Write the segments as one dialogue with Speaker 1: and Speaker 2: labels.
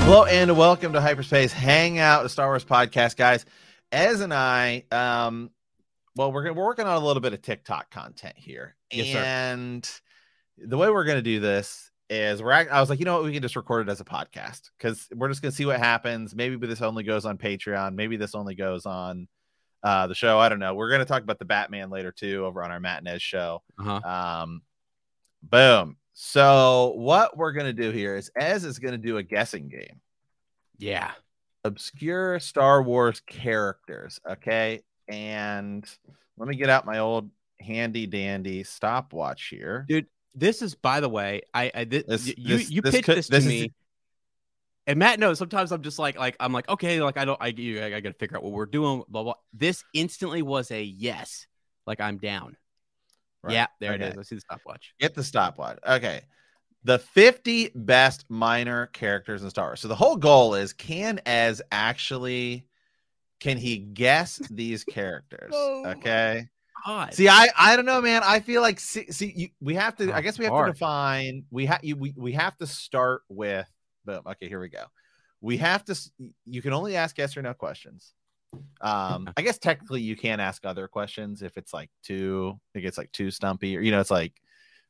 Speaker 1: Hello and welcome to Hyperspace Hangout, a Star Wars podcast, guys. Ez and I, um, well, we're gonna- we're working on a little bit of TikTok content here,
Speaker 2: Yes, sir.
Speaker 1: and the way we're gonna do this is we're. act- I was like, you know what, we can just record it as a podcast because we're just gonna see what happens. Maybe this only goes on Patreon. Maybe this only goes on uh, the show. I don't know. We're gonna talk about the Batman later too, over on our matinee show.
Speaker 2: Uh-huh.
Speaker 1: Um, boom. So what we're gonna do here is Ez is gonna do a guessing game
Speaker 2: Yeah.
Speaker 1: obscure Star Wars characters. Okay. And let me get out my old handy dandy stopwatch here.
Speaker 2: Dude, this is by the way, I, I thi-
Speaker 1: This-
Speaker 2: y- you
Speaker 1: this-
Speaker 2: you
Speaker 1: this
Speaker 2: pitched
Speaker 1: could-
Speaker 2: this to
Speaker 1: this is-
Speaker 2: me. And Matt knows sometimes I'm just like like I'm like okay like I don't I you I gotta figure out what we're doing blah blah. This instantly was a yes, like I'm down.
Speaker 1: Right.
Speaker 2: Yeah, there
Speaker 1: Okay.
Speaker 2: it is. I see the stopwatch.
Speaker 1: Get the stopwatch. Okay. The 50 best minor characters in Star Wars. So the whole goal is can as actually can he guess these characters?
Speaker 2: Oh my
Speaker 1: okay.
Speaker 2: God.
Speaker 1: See, I I don't know, man. I feel like see, see you, we have to. I
Speaker 2: Oh,
Speaker 1: guess we have
Speaker 2: hard.
Speaker 1: to define. We have we we have to start with boom. Okay, here we go. We have to. s- You can only ask yes or no questions. Um, I guess technically you can ask other questions if it's like too. It gets like too stumpy, or you know, it's like.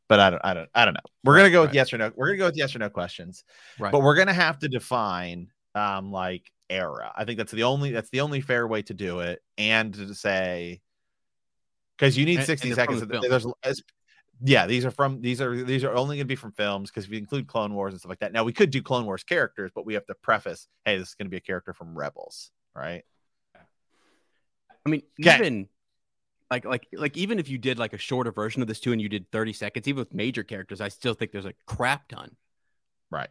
Speaker 1: But I don't. I don't. I don't know. We're gonna go with
Speaker 2: right.
Speaker 1: yes or no. We're gonna go with yes or no questions.
Speaker 2: Right.
Speaker 1: But we're gonna have to define um like era. I think that's the only that's the only fair way to do it, and to say because you need
Speaker 2: And-
Speaker 1: sixty
Speaker 2: and they're from
Speaker 1: seconds. of the-
Speaker 2: the
Speaker 1: there's, as- yeah, these are from these are these are only gonna be from films because if you include Clone Wars and stuff like that. Now we could do Clone Wars characters, but we have to preface, hey, this is gonna be a character from Rebels, right?
Speaker 2: I mean,
Speaker 1: 'Kay.
Speaker 2: even like like like even if you did like a shorter version of this too, and you did 30 seconds, even with major characters, I still think there's a crap ton.
Speaker 1: Right.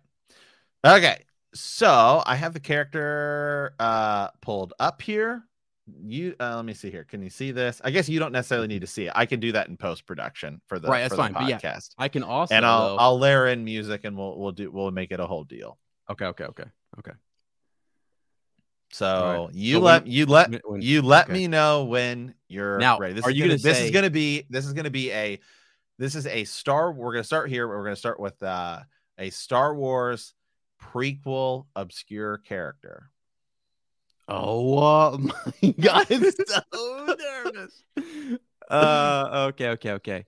Speaker 1: Okay. So I have the character uh pulled up here. You uh, let me see here. Can you see this? I guess you don't necessarily need to see it. I can do that in post production for the
Speaker 2: Right, that's
Speaker 1: for the
Speaker 2: fine, but yeah.
Speaker 1: podcast.
Speaker 2: I can also
Speaker 1: and I'll
Speaker 2: though-
Speaker 1: I'll layer in music and we'll we'll do we'll make it a whole deal.
Speaker 2: okay okay okay okay.
Speaker 1: So you
Speaker 2: So when-
Speaker 1: let you let
Speaker 2: when- when-
Speaker 1: you let
Speaker 2: okay.
Speaker 1: me know when you're
Speaker 2: Now,
Speaker 1: ready. This
Speaker 2: are
Speaker 1: is
Speaker 2: you
Speaker 1: gonna,
Speaker 2: gonna
Speaker 1: this is
Speaker 2: say-
Speaker 1: gonna be this is gonna be a this is a Star. We're gonna start here. We're gonna start with uh, a Star Wars prequel obscure character.
Speaker 2: Oh uh, my god, I'm so nervous. Uh, okay, okay, okay.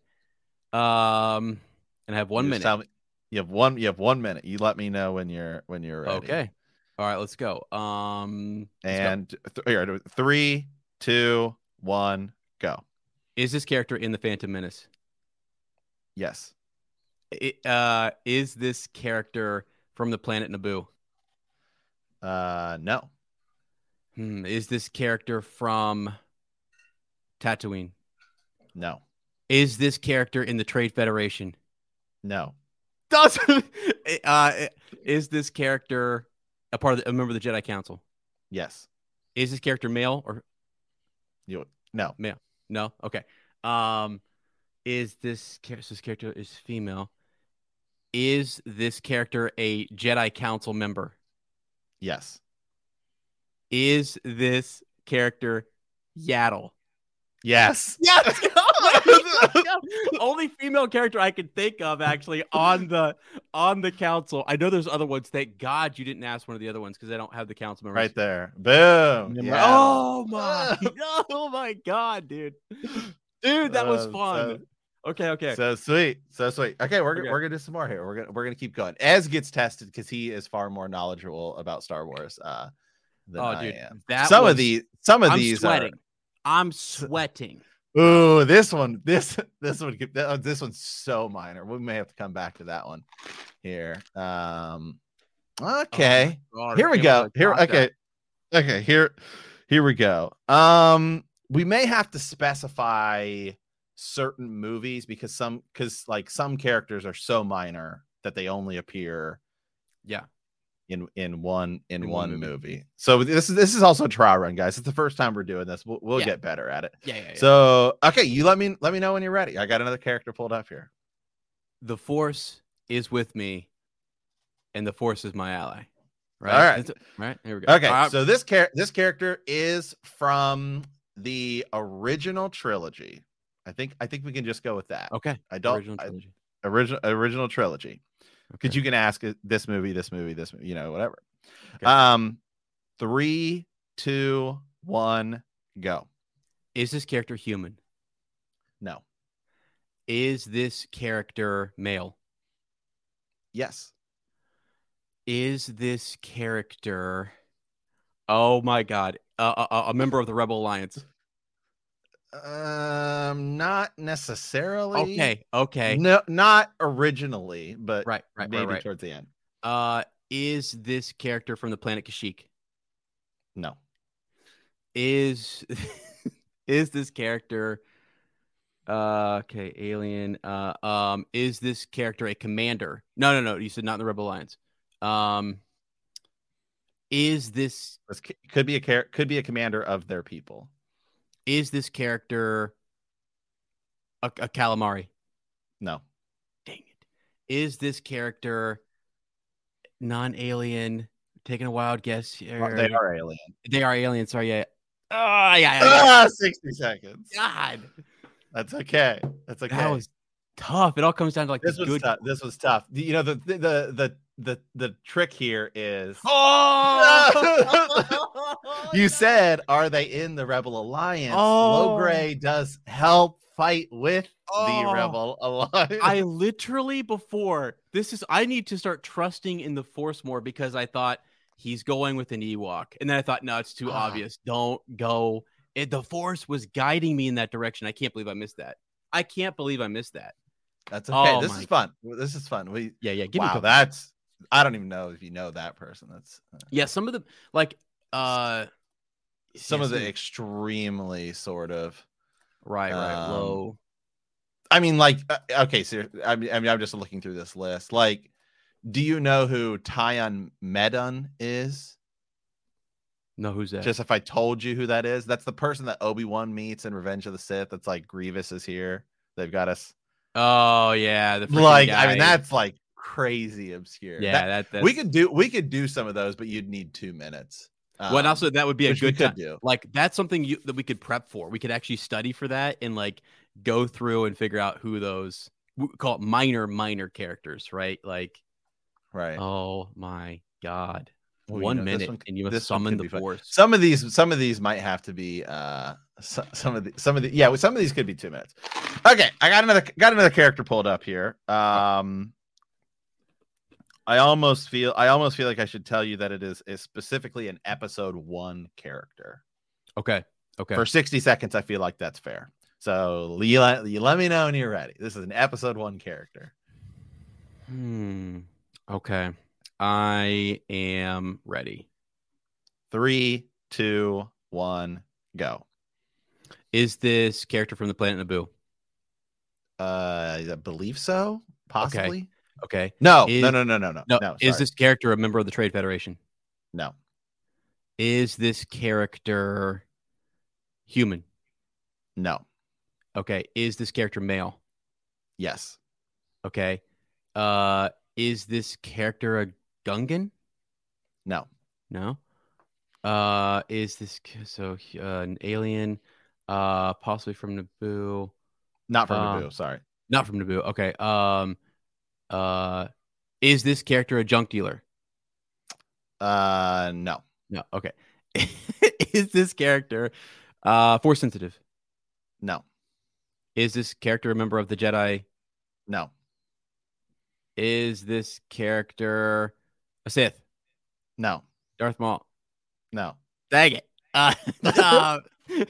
Speaker 2: Um, and I have one
Speaker 1: You just
Speaker 2: minute.
Speaker 1: tell me- you have one. You have one minute. You let me know when you're when you're ready.
Speaker 2: Okay, all right, let's go. Um, let's go.
Speaker 1: And th- here, three, two, one, go.
Speaker 2: is this character in the Phantom Menace?
Speaker 1: Yes.
Speaker 2: It, uh, is this character from the planet Naboo?
Speaker 1: Uh, no.
Speaker 2: Hmm, is this character from Tatooine?
Speaker 1: No.
Speaker 2: Is this character in the Trade Federation?
Speaker 1: No.
Speaker 2: Does uh, is this character a part of the, a member of the Jedi Council?
Speaker 1: Yes.
Speaker 2: Is this character male or
Speaker 1: You. No.
Speaker 2: no? Okay. Um, is this character? This character is female. Is this character a Jedi Council member?
Speaker 1: Yes.
Speaker 2: Is this character Yaddle?
Speaker 1: Yes.
Speaker 2: Yes. Oh my God. Only female character I could think of actually on the on the council. I know there's other ones. Thank God you didn't ask one of the other ones because I don't have the council members.
Speaker 1: Right there. Boom.
Speaker 2: Number-
Speaker 1: Yeah.
Speaker 2: Oh my! oh my God, dude, dude, that was
Speaker 1: Uh,
Speaker 2: fun. okay, okay.
Speaker 1: So sweet. So sweet. Okay, we're
Speaker 2: Okay.
Speaker 1: Gonna, we're gonna do some more here. We're gonna we're gonna keep going. Ez gets tested because he is far more knowledgeable about Star Wars uh than
Speaker 2: oh,
Speaker 1: I
Speaker 2: dude,
Speaker 1: am.
Speaker 2: that
Speaker 1: some
Speaker 2: was,
Speaker 1: of these some of
Speaker 2: I'm
Speaker 1: these
Speaker 2: sweating. I'm sweating.
Speaker 1: are ooh, this one, this this one could- that- this one's so minor. We may have to come back to that one here. Um
Speaker 2: Oh,
Speaker 1: okay.
Speaker 2: God, I
Speaker 1: here we
Speaker 2: can't
Speaker 1: go.
Speaker 2: believe I
Speaker 1: Here,
Speaker 2: got that.
Speaker 1: okay, okay. Here, here we go. Um, we may have to specify certain movies because some, because like some characters are so minor that they only appear,
Speaker 2: Yeah.
Speaker 1: in in one in,
Speaker 2: In
Speaker 1: one
Speaker 2: one
Speaker 1: movie.
Speaker 2: movie.
Speaker 1: So this is this is also a trial run, guys. It's the first time we're doing this. We'll, we'll
Speaker 2: Yeah.
Speaker 1: get better at it.
Speaker 2: Yeah, yeah, yeah.
Speaker 1: So okay, you let me let me know when you're ready. I got another character pulled up here.
Speaker 2: the force is with me, and the force is my ally. Right.
Speaker 1: All right.
Speaker 2: That's it. Right. Here we go.
Speaker 1: Okay,
Speaker 2: All right.
Speaker 1: so this char- this character is from the original trilogy. I think I think we can just go with that.
Speaker 2: okay.
Speaker 1: I don't
Speaker 2: Original
Speaker 1: I-
Speaker 2: trilogy.
Speaker 1: original original trilogy because
Speaker 2: Okay.
Speaker 1: you can ask it- this movie, this movie, this mo- you know whatever.
Speaker 2: Okay.
Speaker 1: Um, three, two, one, go.
Speaker 2: Is this character human?
Speaker 1: No.
Speaker 2: Is this character male?
Speaker 1: Yes.
Speaker 2: Is this character? Oh my God, uh, a, a member of the Rebel Alliance?
Speaker 1: Um, not necessarily.
Speaker 2: Okay. Okay.
Speaker 1: No, not originally, but
Speaker 2: Right. Right.
Speaker 1: maybe
Speaker 2: Right. Right.
Speaker 1: towards the end.
Speaker 2: Uh, is this character from the planet Kashyyyk?
Speaker 1: No.
Speaker 2: Is is this character? Uh, okay, alien. Uh, um, is this character a commander? No, no, no. You said not in the Rebel Alliance. Um, is this
Speaker 1: This c- could be a char- could be a commander of their people.
Speaker 2: is this character a, a calamari?
Speaker 1: No.
Speaker 2: Dang it. Is this character non alien? Taking a wild guess here.
Speaker 1: Are- They are alien.
Speaker 2: They are alien. Sorry. Yeah. Oh, yeah. yeah, yeah.
Speaker 1: Ah, 60 seconds.
Speaker 2: God.
Speaker 1: That's okay. That's okay.
Speaker 2: That was tough. It all comes down to like
Speaker 1: this
Speaker 2: the
Speaker 1: was
Speaker 2: good.
Speaker 1: tough. This was tough. The- You know the the the the the trick here is
Speaker 3: 哦
Speaker 2: Oh,
Speaker 1: you said are they in the Rebel Alliance?
Speaker 2: Oh.
Speaker 1: Logray does help fight with the
Speaker 2: Oh.
Speaker 1: Rebel Alliance.
Speaker 2: I literally before this is I need to start trusting in the force more because I thought he's going with an Ewok. And then I thought, no, it's too
Speaker 1: Ah.
Speaker 2: obvious. Don't go. It, the force was guiding me in that direction. I can't believe I missed that. I can't believe I missed that.
Speaker 1: That's okay.
Speaker 2: Oh
Speaker 1: this
Speaker 2: my-
Speaker 1: is fun. This is fun. We
Speaker 2: Yeah, yeah. Give me a
Speaker 1: wow.
Speaker 2: couple.
Speaker 1: That's I don't even know if you know that person. That's uh,
Speaker 2: yeah, some of the like uh
Speaker 1: some
Speaker 2: yeah,
Speaker 1: of the extremely sort of.
Speaker 2: right, right,
Speaker 1: um,
Speaker 2: low.
Speaker 1: I mean, like, uh, okay, so I mean, I mean, I'm just looking through this list. Like, do you know who Tyon Medun is?
Speaker 2: No, who's that?
Speaker 1: Just if I told you who that is, that's the person that Obi Wan meets in Revenge of the Sith. That's like Grievous is here. They've got us.
Speaker 2: oh yeah, the freaking
Speaker 1: Like, I mean,
Speaker 2: guy.
Speaker 1: that's like crazy obscure.
Speaker 2: yeah,
Speaker 1: That-
Speaker 2: that, that's
Speaker 1: we could do we could do some of those, but you'd need two minutes.
Speaker 2: Well, and
Speaker 1: Um,
Speaker 2: also that would be a
Speaker 1: which we
Speaker 2: good
Speaker 1: could
Speaker 2: time.
Speaker 1: do.
Speaker 2: Like that's something you that we could prep for. We could actually study for that and like go through and figure out who those we call it minor minor characters, right? Like
Speaker 1: Right.
Speaker 2: Oh my god.
Speaker 1: Ooh, Eh. Oh, you
Speaker 2: one
Speaker 1: know, this
Speaker 2: minute
Speaker 1: one-
Speaker 2: and you have
Speaker 1: this one
Speaker 2: summoned
Speaker 1: could be
Speaker 2: the
Speaker 1: fun.
Speaker 2: force.
Speaker 1: Some of these, some of these might have to be. uh so- Some of the, some of the, yeah, well, some of these could be two minutes. Okay, I got another, got another character pulled up here. Um, I almost feel, I almost feel like I should tell you that it is, is specifically an episode one character.
Speaker 2: okay. Okay.
Speaker 1: For sixty seconds, I feel like that's fair. So you let, you let me know when you're ready. This is an episode one character.
Speaker 2: Hmm. Okay. I am ready.
Speaker 1: Three, two, one, go.
Speaker 2: Is this character from the planet Naboo?
Speaker 1: Uh, I believe so. Possibly.
Speaker 2: Okay.
Speaker 1: No,
Speaker 2: Is-
Speaker 1: no, no, no, no, no.
Speaker 2: No.
Speaker 1: no
Speaker 2: is
Speaker 1: sorry.
Speaker 2: this character a member of the Trade Federation?
Speaker 1: no?
Speaker 2: Is this character human?
Speaker 1: No.
Speaker 2: Okay. Is this character male?
Speaker 1: Yes.
Speaker 2: Okay. Uh, is this character a Gungan?
Speaker 1: No.
Speaker 2: No. Uh, is this ca- so uh, an alien? Uh, possibly from Naboo.
Speaker 1: Not from
Speaker 2: Uh,
Speaker 1: Naboo. Sorry.
Speaker 2: Not from Naboo. Okay. Um, uh, is this character a junk dealer?
Speaker 1: Uh, no.
Speaker 2: No. Okay. is this character uh force sensitive?
Speaker 1: No.
Speaker 2: Is this character a member of the Jedi?
Speaker 1: No.
Speaker 2: Is this character a Sith?
Speaker 1: No.
Speaker 2: Darth Maul.
Speaker 1: No.
Speaker 2: Dang it. Uh, um,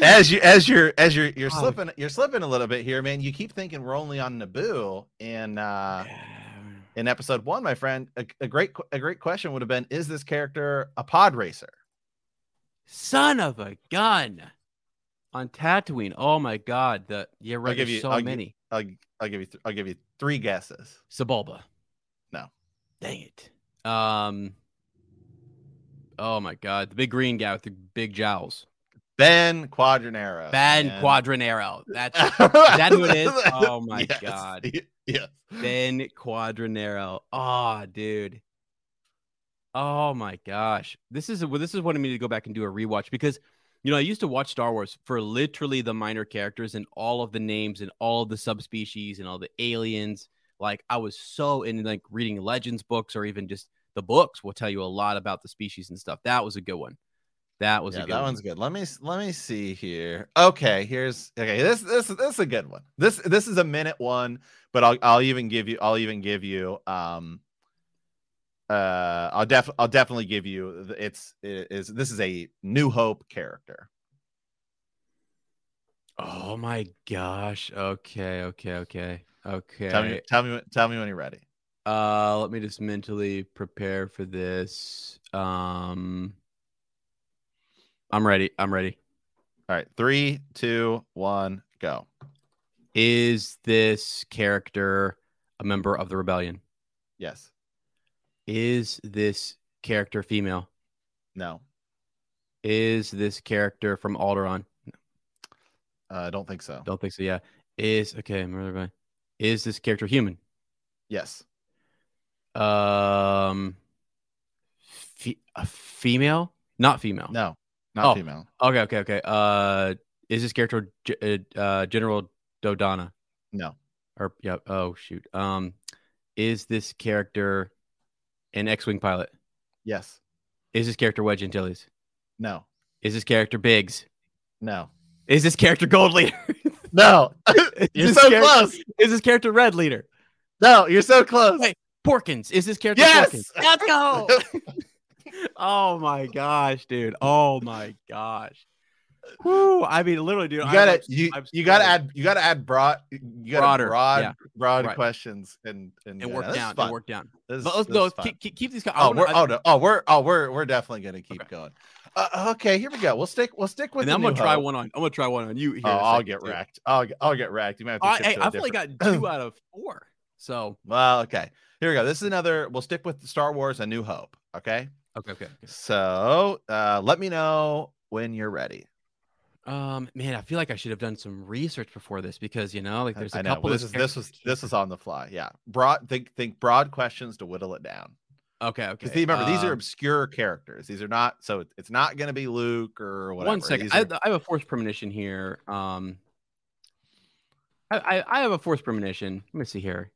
Speaker 1: As you as you're as you're you're
Speaker 2: Oh.
Speaker 1: slipping you're slipping a little bit here, man. You keep thinking we're only on Naboo in uh in episode one, my friend. A, a great qu- a great question would have been: Is this character a pod racer?
Speaker 2: Son of a gun. On Tatooine. Oh my god. The yeah, right.
Speaker 1: give
Speaker 2: There's
Speaker 1: you-
Speaker 2: so
Speaker 1: I'll gi-
Speaker 2: many.
Speaker 1: I'll I'll give you th- I'll give you three guesses.
Speaker 2: Sebulba.
Speaker 1: No.
Speaker 2: Dang it. Um. Oh my God, the big green guy with the big jowls,
Speaker 1: Ben Quadranero.
Speaker 2: Ben
Speaker 1: Oh, man.
Speaker 2: Quadranero. That's that who it is? Oh my
Speaker 1: Yes.
Speaker 2: God.
Speaker 1: Yes.
Speaker 2: Ben Quadranero. Ah, dude. Oh my gosh, this is well, this is what I mean to go back and do a rewatch because you know I used to watch Star Wars for literally the minor characters and all of the names and all of the subspecies and all the aliens. Like I was so in like reading legends books or even just the books will tell you a lot about the species and stuff. That was a good one. That was
Speaker 1: yeah,
Speaker 2: a good
Speaker 1: that
Speaker 2: one.
Speaker 1: one's good. Let me s- let me see here. Okay, here's okay. This this this is a good one. This this is a minute one, but I'll I'll even give you I'll even give you um uh I'll def I'll definitely give you the- it's it is this is a New Hope character.
Speaker 2: Oh my gosh. Okay. Okay. Okay. Okay.
Speaker 1: Tell me tell me when- tell me when you're ready.
Speaker 2: Uh, let me just mentally prepare for this. Um, I'm ready. I'm ready.
Speaker 1: All right, three, two, one, go.
Speaker 2: Is this character a member of the rebellion?
Speaker 1: Yes.
Speaker 2: Is this character female?
Speaker 1: No.
Speaker 2: Is this character from Alderaan?
Speaker 1: Uh, I don't think so.
Speaker 2: Don't think so. Yeah. Is okay. I'm really bad. Is this character human?
Speaker 1: Yes.
Speaker 2: Um, fe- a female? Not female.
Speaker 1: No. Not
Speaker 2: Oh.
Speaker 1: female.
Speaker 2: Okay. Okay. Okay. Uh, is this character G- uh, General Dodonna?
Speaker 1: No.
Speaker 2: or yeah oh shoot um is this character an x-wing pilot
Speaker 1: Yes.
Speaker 2: is this character wedge antilles
Speaker 1: No.
Speaker 2: is this character biggs
Speaker 1: No.
Speaker 2: is this character gold leader
Speaker 1: No.
Speaker 2: Is
Speaker 1: you're
Speaker 2: this
Speaker 1: so
Speaker 2: character-
Speaker 1: close.
Speaker 2: is this character red leader
Speaker 1: No, you're so close.
Speaker 2: Wait. porkins is this character
Speaker 1: Yes!
Speaker 2: porkins? let's go oh my gosh dude oh my gosh Woo. i mean literally dude
Speaker 1: You
Speaker 2: I'm
Speaker 1: gotta
Speaker 2: obs-
Speaker 1: you,
Speaker 2: I'm
Speaker 1: you gotta
Speaker 2: sorry.
Speaker 1: add you gotta add broad you gotta
Speaker 2: Broader,
Speaker 1: broad
Speaker 2: yeah.
Speaker 1: broad
Speaker 2: Right.
Speaker 1: questions and and,
Speaker 2: and
Speaker 1: yeah,
Speaker 2: work
Speaker 1: this is
Speaker 2: down
Speaker 1: fun.
Speaker 2: and work down
Speaker 1: This,
Speaker 2: but let's
Speaker 1: this
Speaker 2: go
Speaker 1: is fun.
Speaker 2: keep, keep, keep these guys
Speaker 1: oh,
Speaker 2: I wanna-
Speaker 1: we're
Speaker 2: I-
Speaker 1: oh no oh we're oh we're we're definitely gonna keep
Speaker 2: Okay.
Speaker 1: going. Uh, okay, here we go. We'll stick we'll stick with.
Speaker 2: and
Speaker 1: the
Speaker 2: I'm gonna
Speaker 1: New
Speaker 2: try
Speaker 1: Hope.
Speaker 2: one on. I'm gonna try one on you. Here
Speaker 1: Oh,
Speaker 2: in a
Speaker 1: I'll
Speaker 2: second,
Speaker 1: get
Speaker 2: too.
Speaker 1: racked. I'll get- I'll get racked. You might have to.
Speaker 2: I,
Speaker 1: shift
Speaker 2: hey,
Speaker 1: to a
Speaker 2: I've only
Speaker 1: different-
Speaker 2: got two out of four. So
Speaker 1: Well, okay. Here we go. This is another. We'll stick with Star Wars: A New Hope. Okay.
Speaker 2: okay, okay.
Speaker 1: So uh, let me know when you're ready.
Speaker 2: Um, man, I feel like I should have done some research before this because you know, like,
Speaker 1: I-
Speaker 2: there's
Speaker 1: I
Speaker 2: a
Speaker 1: know,
Speaker 2: couple.
Speaker 1: but This is
Speaker 2: of
Speaker 1: this was
Speaker 2: characters I
Speaker 1: this was on the fly. Yeah, broad think think broad questions to whittle it down.
Speaker 2: can't- Okay, okay.
Speaker 1: Because remember, these are
Speaker 2: um,
Speaker 1: obscure characters. These are not so it- it's not going to be Luke or whatever.
Speaker 2: one second.
Speaker 1: These
Speaker 2: I,
Speaker 1: are-
Speaker 2: I have a force premonition here. Um, I, I I have a force premonition. Let me see here.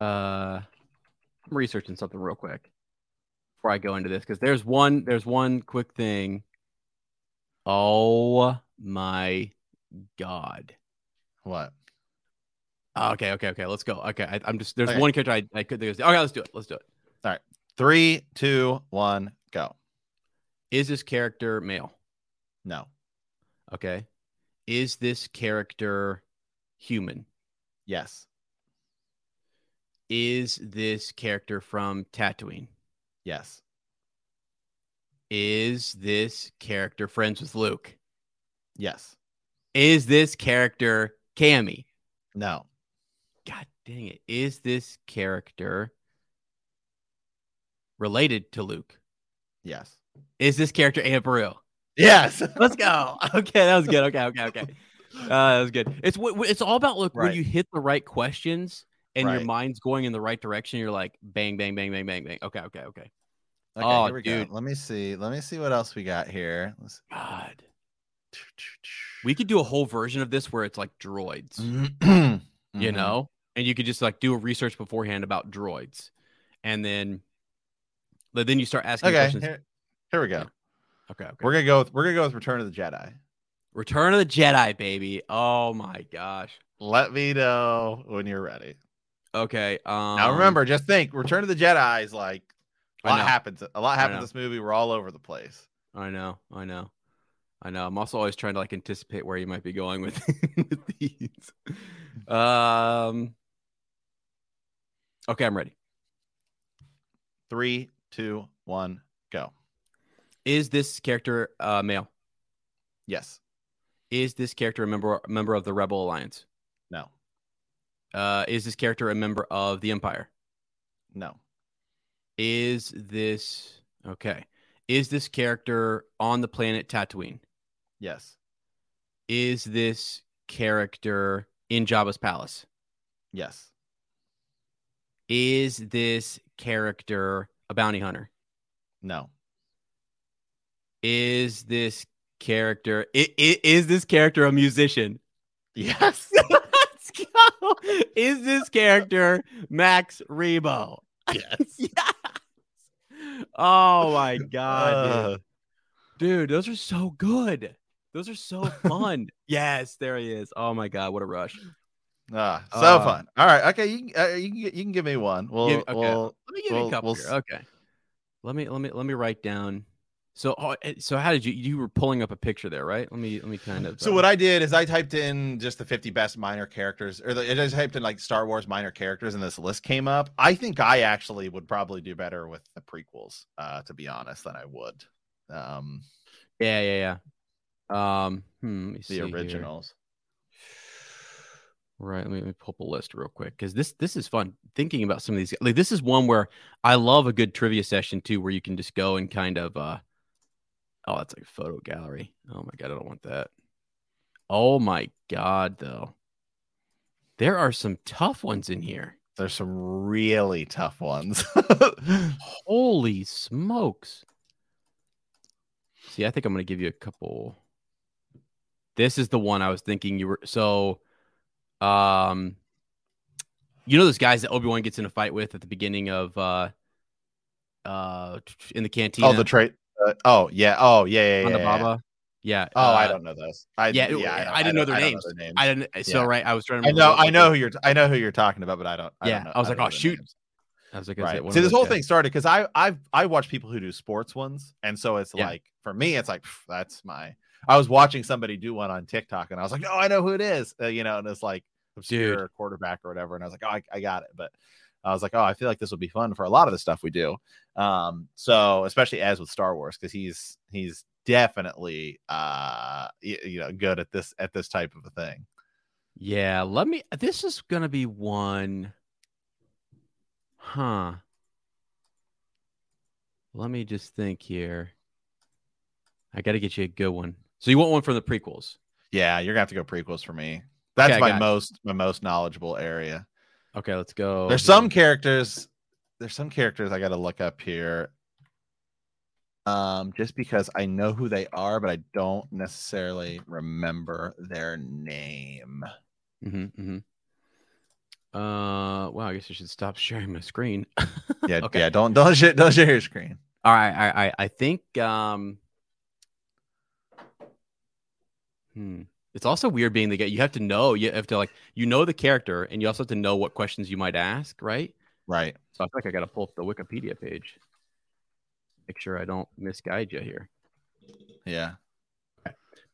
Speaker 2: Uh, I'm researching something real quick before I go into this because there's one there's one quick thing. Oh my god.
Speaker 1: What?
Speaker 2: Oh, Okay, okay, okay. Let's go. Okay, I, I'm just there's
Speaker 1: Okay.
Speaker 2: one character I, I could think of. Okay, let's do it. Let's do it.
Speaker 1: Three, two, one, go.
Speaker 2: Is this character male?
Speaker 1: No.
Speaker 2: Okay. Is this character human?
Speaker 1: Yes.
Speaker 2: Is this character from Tatooine?
Speaker 1: Yes.
Speaker 2: Is this character friends with Luke?
Speaker 1: Yes.
Speaker 2: Is this character Cammy?
Speaker 1: No.
Speaker 2: God dang it. Is this character related to Luke?
Speaker 1: Yes.
Speaker 2: Is this character Anna Baril?
Speaker 1: Yes.
Speaker 2: Let's go. Okay, that was good. Okay, okay, okay. Uh, that was good. It's what it's all about. Look, when
Speaker 1: Right.
Speaker 2: you hit the right questions and your
Speaker 1: Right.
Speaker 2: mind's going in the right direction, you're like bang, bang, bang, bang, bang, bang. Okay, okay, okay.
Speaker 1: Okay,
Speaker 2: Oh,
Speaker 1: here we
Speaker 2: dude.
Speaker 1: go. Let me see. Let me see what else we got here. Let's...
Speaker 2: God, we could do a whole version of this where it's like droids, you
Speaker 1: Mm-hmm. you
Speaker 2: know, and you could just like do a research beforehand about droids, and then, but then you start asking
Speaker 1: Okay.
Speaker 2: questions.
Speaker 1: Here, here we go.
Speaker 2: Okay, okay.
Speaker 1: We're gonna go. With, we're gonna go with Return of the Jedi.
Speaker 2: Return of the Jedi, baby. Oh my gosh.
Speaker 1: Let me know when you're ready.
Speaker 2: Okay. Um,
Speaker 1: now remember, just think. Return of the Jedi is like a
Speaker 2: I
Speaker 1: lot
Speaker 2: know.
Speaker 1: happens. A lot happens in
Speaker 2: know.
Speaker 1: this movie. We're all over the place.
Speaker 2: I know, I know, I know. I'm also always trying to like anticipate where you might be going with, with these. Um. Okay, I'm ready.
Speaker 1: Three, two, one, go.
Speaker 2: Is this character uh, male?
Speaker 1: Yes.
Speaker 2: Is this character a member member of the Rebel Alliance?
Speaker 1: No.
Speaker 2: Uh, is this character a member of the Empire?
Speaker 1: No.
Speaker 2: Is this okay? Is this character on the planet Tatooine?
Speaker 1: Yes.
Speaker 2: Is this character in Jabba's palace?
Speaker 1: Yes.
Speaker 2: Is this character a bounty hunter?
Speaker 1: No.
Speaker 2: is this character i- i- is this character a musician
Speaker 1: Yes.
Speaker 2: let's go is this character max rebo
Speaker 1: yes.
Speaker 2: Yes! oh my
Speaker 1: Uh.
Speaker 2: god dude. dude those are so good those are so fun yes there he is oh my god what a rush
Speaker 1: Ah, so
Speaker 2: Uh,
Speaker 1: fun. All right. Okay. You can, uh, you can you can give me one. We'll,
Speaker 2: Give- okay.
Speaker 1: we'll
Speaker 2: let me give you
Speaker 1: Well,
Speaker 2: a couple
Speaker 1: we'll
Speaker 2: here.
Speaker 1: s-
Speaker 2: okay let me let me let me write down so oh, eh, so how did you you were pulling up a picture there right let me let me kind of uh,
Speaker 1: So what I did is I typed in just the 50 best minor characters, or the, I just typed in like Star Wars minor characters, and this list came up. I think I actually would probably do better with the prequels, uh, to be honest, than I would um,
Speaker 2: Yeah, yeah, yeah. Um, hmm, let me see
Speaker 1: the
Speaker 2: here.
Speaker 1: originals.
Speaker 2: Right. Let me, let me pull up a list real quick because this this is fun thinking about some of these. Like this is one where I love a good trivia session too, where you can just go and kind of. uh Oh, that's like a photo gallery. Oh my god, I don't want that. Oh my god, though. There are some tough ones in here.
Speaker 1: There's some really tough ones. Oh,
Speaker 2: Holy smokes. See, I think I'm going to give you a couple. This is the one I was thinking you were so um you know those guys that Obi-Wan gets in a fight with at the beginning of uh uh in the canteen
Speaker 1: oh, the trait. Uh, oh yeah. Oh yeah. yeah,
Speaker 2: on the
Speaker 1: yeah, yeah.
Speaker 2: Baba. Yeah.
Speaker 1: Oh, I
Speaker 2: uh,
Speaker 1: don't know those. I,
Speaker 2: yeah, it-
Speaker 1: don't-
Speaker 2: I didn't know
Speaker 1: don't-
Speaker 2: their
Speaker 1: don't
Speaker 2: names.
Speaker 1: their names.
Speaker 2: I didn't so
Speaker 1: Yeah.
Speaker 2: right, I was trying to
Speaker 1: I
Speaker 2: remember
Speaker 1: know,
Speaker 2: what
Speaker 1: I
Speaker 2: the-
Speaker 1: know who you're. I know who you're talking about, but I don't. I
Speaker 2: Yeah,
Speaker 1: don't know,
Speaker 2: I was
Speaker 1: don't
Speaker 2: like,
Speaker 1: know
Speaker 2: "Oh,
Speaker 1: their
Speaker 2: shoot."
Speaker 1: names."
Speaker 2: I was like,
Speaker 1: Right.
Speaker 2: right.
Speaker 1: See, this whole thing started because I I've I watch people who do sports ones, and so it's
Speaker 2: Yeah.
Speaker 1: like for me, it's like "Pff, that's my. I was watching somebody do one on TikTok, and I was like, "No, I know who it is," uh, you know, and it's like obscure quarterback or whatever, and I was like, "Oh, I, I got it," but. I was like, oh, I feel like this would be fun for a lot of the stuff we do. Um, so especially as with Star Wars, because he's he's definitely uh y- you know good at this at this type of a thing.
Speaker 2: Yeah, let me. This is going to be one. Huh. Let me just think here. I got to get you a good one. So you want one from the prequels?
Speaker 1: Yeah, you're gonna have to go prequels for me. That's
Speaker 2: I
Speaker 1: my
Speaker 2: got you.
Speaker 1: most my most knowledgeable area.
Speaker 2: Okay, let's go.
Speaker 1: there's
Speaker 2: here.
Speaker 1: some characters. There's some characters I gotta look up here. Um, just because I know who they are, but I don't necessarily remember their name.
Speaker 2: Mhm, mhm. Mm-hmm, Uh, wow. I guess I should stop sharing my screen.
Speaker 1: Yeah,
Speaker 2: Okay.
Speaker 1: yeah. Don't don't share, don't share your screen.
Speaker 2: All right, I I, I think um, hmm. it's also weird being the guy. You have to know. You have to like you know the character, and you also have to know what questions you might ask, right?
Speaker 1: Right.
Speaker 2: So I feel like I got to pull up the Wikipedia page, make sure I don't misguide you here.
Speaker 1: Yeah.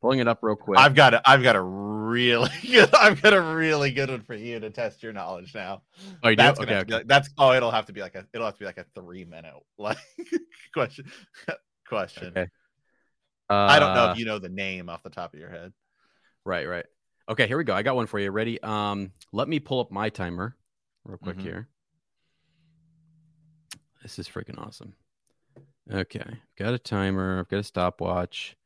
Speaker 2: Pulling it up real quick.
Speaker 1: I've got a I've got a really good I've got a really good one for you to test your knowledge now.
Speaker 2: oh, you do?
Speaker 1: that's
Speaker 2: Okay,
Speaker 1: gonna have to be
Speaker 2: okay.
Speaker 1: like- that's oh it'll have to be like a it'll have to be like a three minute like question question.
Speaker 2: okay.
Speaker 1: I don't know
Speaker 2: Uh,
Speaker 1: if you know the name off the top of your head.
Speaker 2: Right, right. Okay, here we go. I got one for you. Ready? Um, let me pull up my timer real quick
Speaker 1: Mhm.
Speaker 2: here. This is freaking awesome. Okay, I've got a timer. I've got a stopwatch,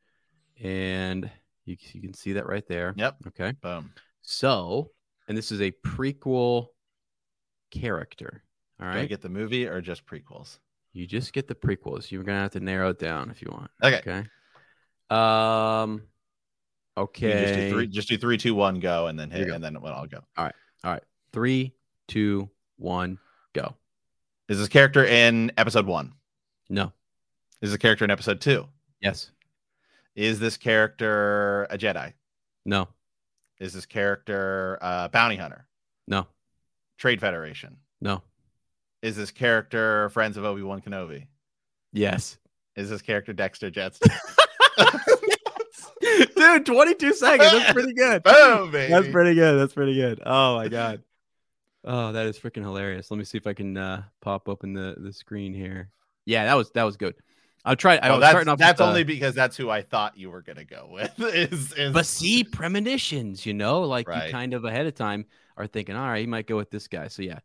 Speaker 2: and you, you can see that right there.
Speaker 1: Yep.
Speaker 2: Okay.
Speaker 1: Boom.
Speaker 2: So, and this is a prequel character. All
Speaker 1: Do I
Speaker 2: right.
Speaker 1: get the movie or just prequels?
Speaker 2: you just get the prequels. You're gonna have to narrow it down if you want.
Speaker 1: Okay.
Speaker 2: Okay. Um.
Speaker 1: You
Speaker 2: Okay.
Speaker 1: can just do three just do three, two, one, go and then
Speaker 2: Here you
Speaker 1: hit
Speaker 2: go.
Speaker 1: and then when I'll go.
Speaker 2: Three, two, one, go.
Speaker 1: Is this character in episode one?
Speaker 2: No.
Speaker 1: Is this character in episode two?
Speaker 2: Yes.
Speaker 1: Is this character a Jedi?
Speaker 2: No.
Speaker 1: Is this character a bounty hunter?
Speaker 2: No.
Speaker 1: Trade Federation?
Speaker 2: No.
Speaker 1: Is this character friends of Obi Wan Kenobi?
Speaker 2: Yes.
Speaker 1: Is this character Dexter Jets?
Speaker 2: Dude, 22 seconds. That's pretty good.
Speaker 1: Boom, baby.
Speaker 2: That's pretty good. That's pretty good. Oh my god. Oh, that is freaking hilarious. Let me see if I can uh, pop open the the screen here. Yeah, that was that was good. I'll try. I
Speaker 1: Well, Oh,
Speaker 2: was
Speaker 1: that's
Speaker 2: starting off. with,
Speaker 1: that's
Speaker 2: uh,
Speaker 1: only because that's who I thought you were gonna go with. Is, is
Speaker 2: but see premonitions you know like
Speaker 1: Right.
Speaker 2: you kind of ahead of time are thinking all right you might go with this guy so yeah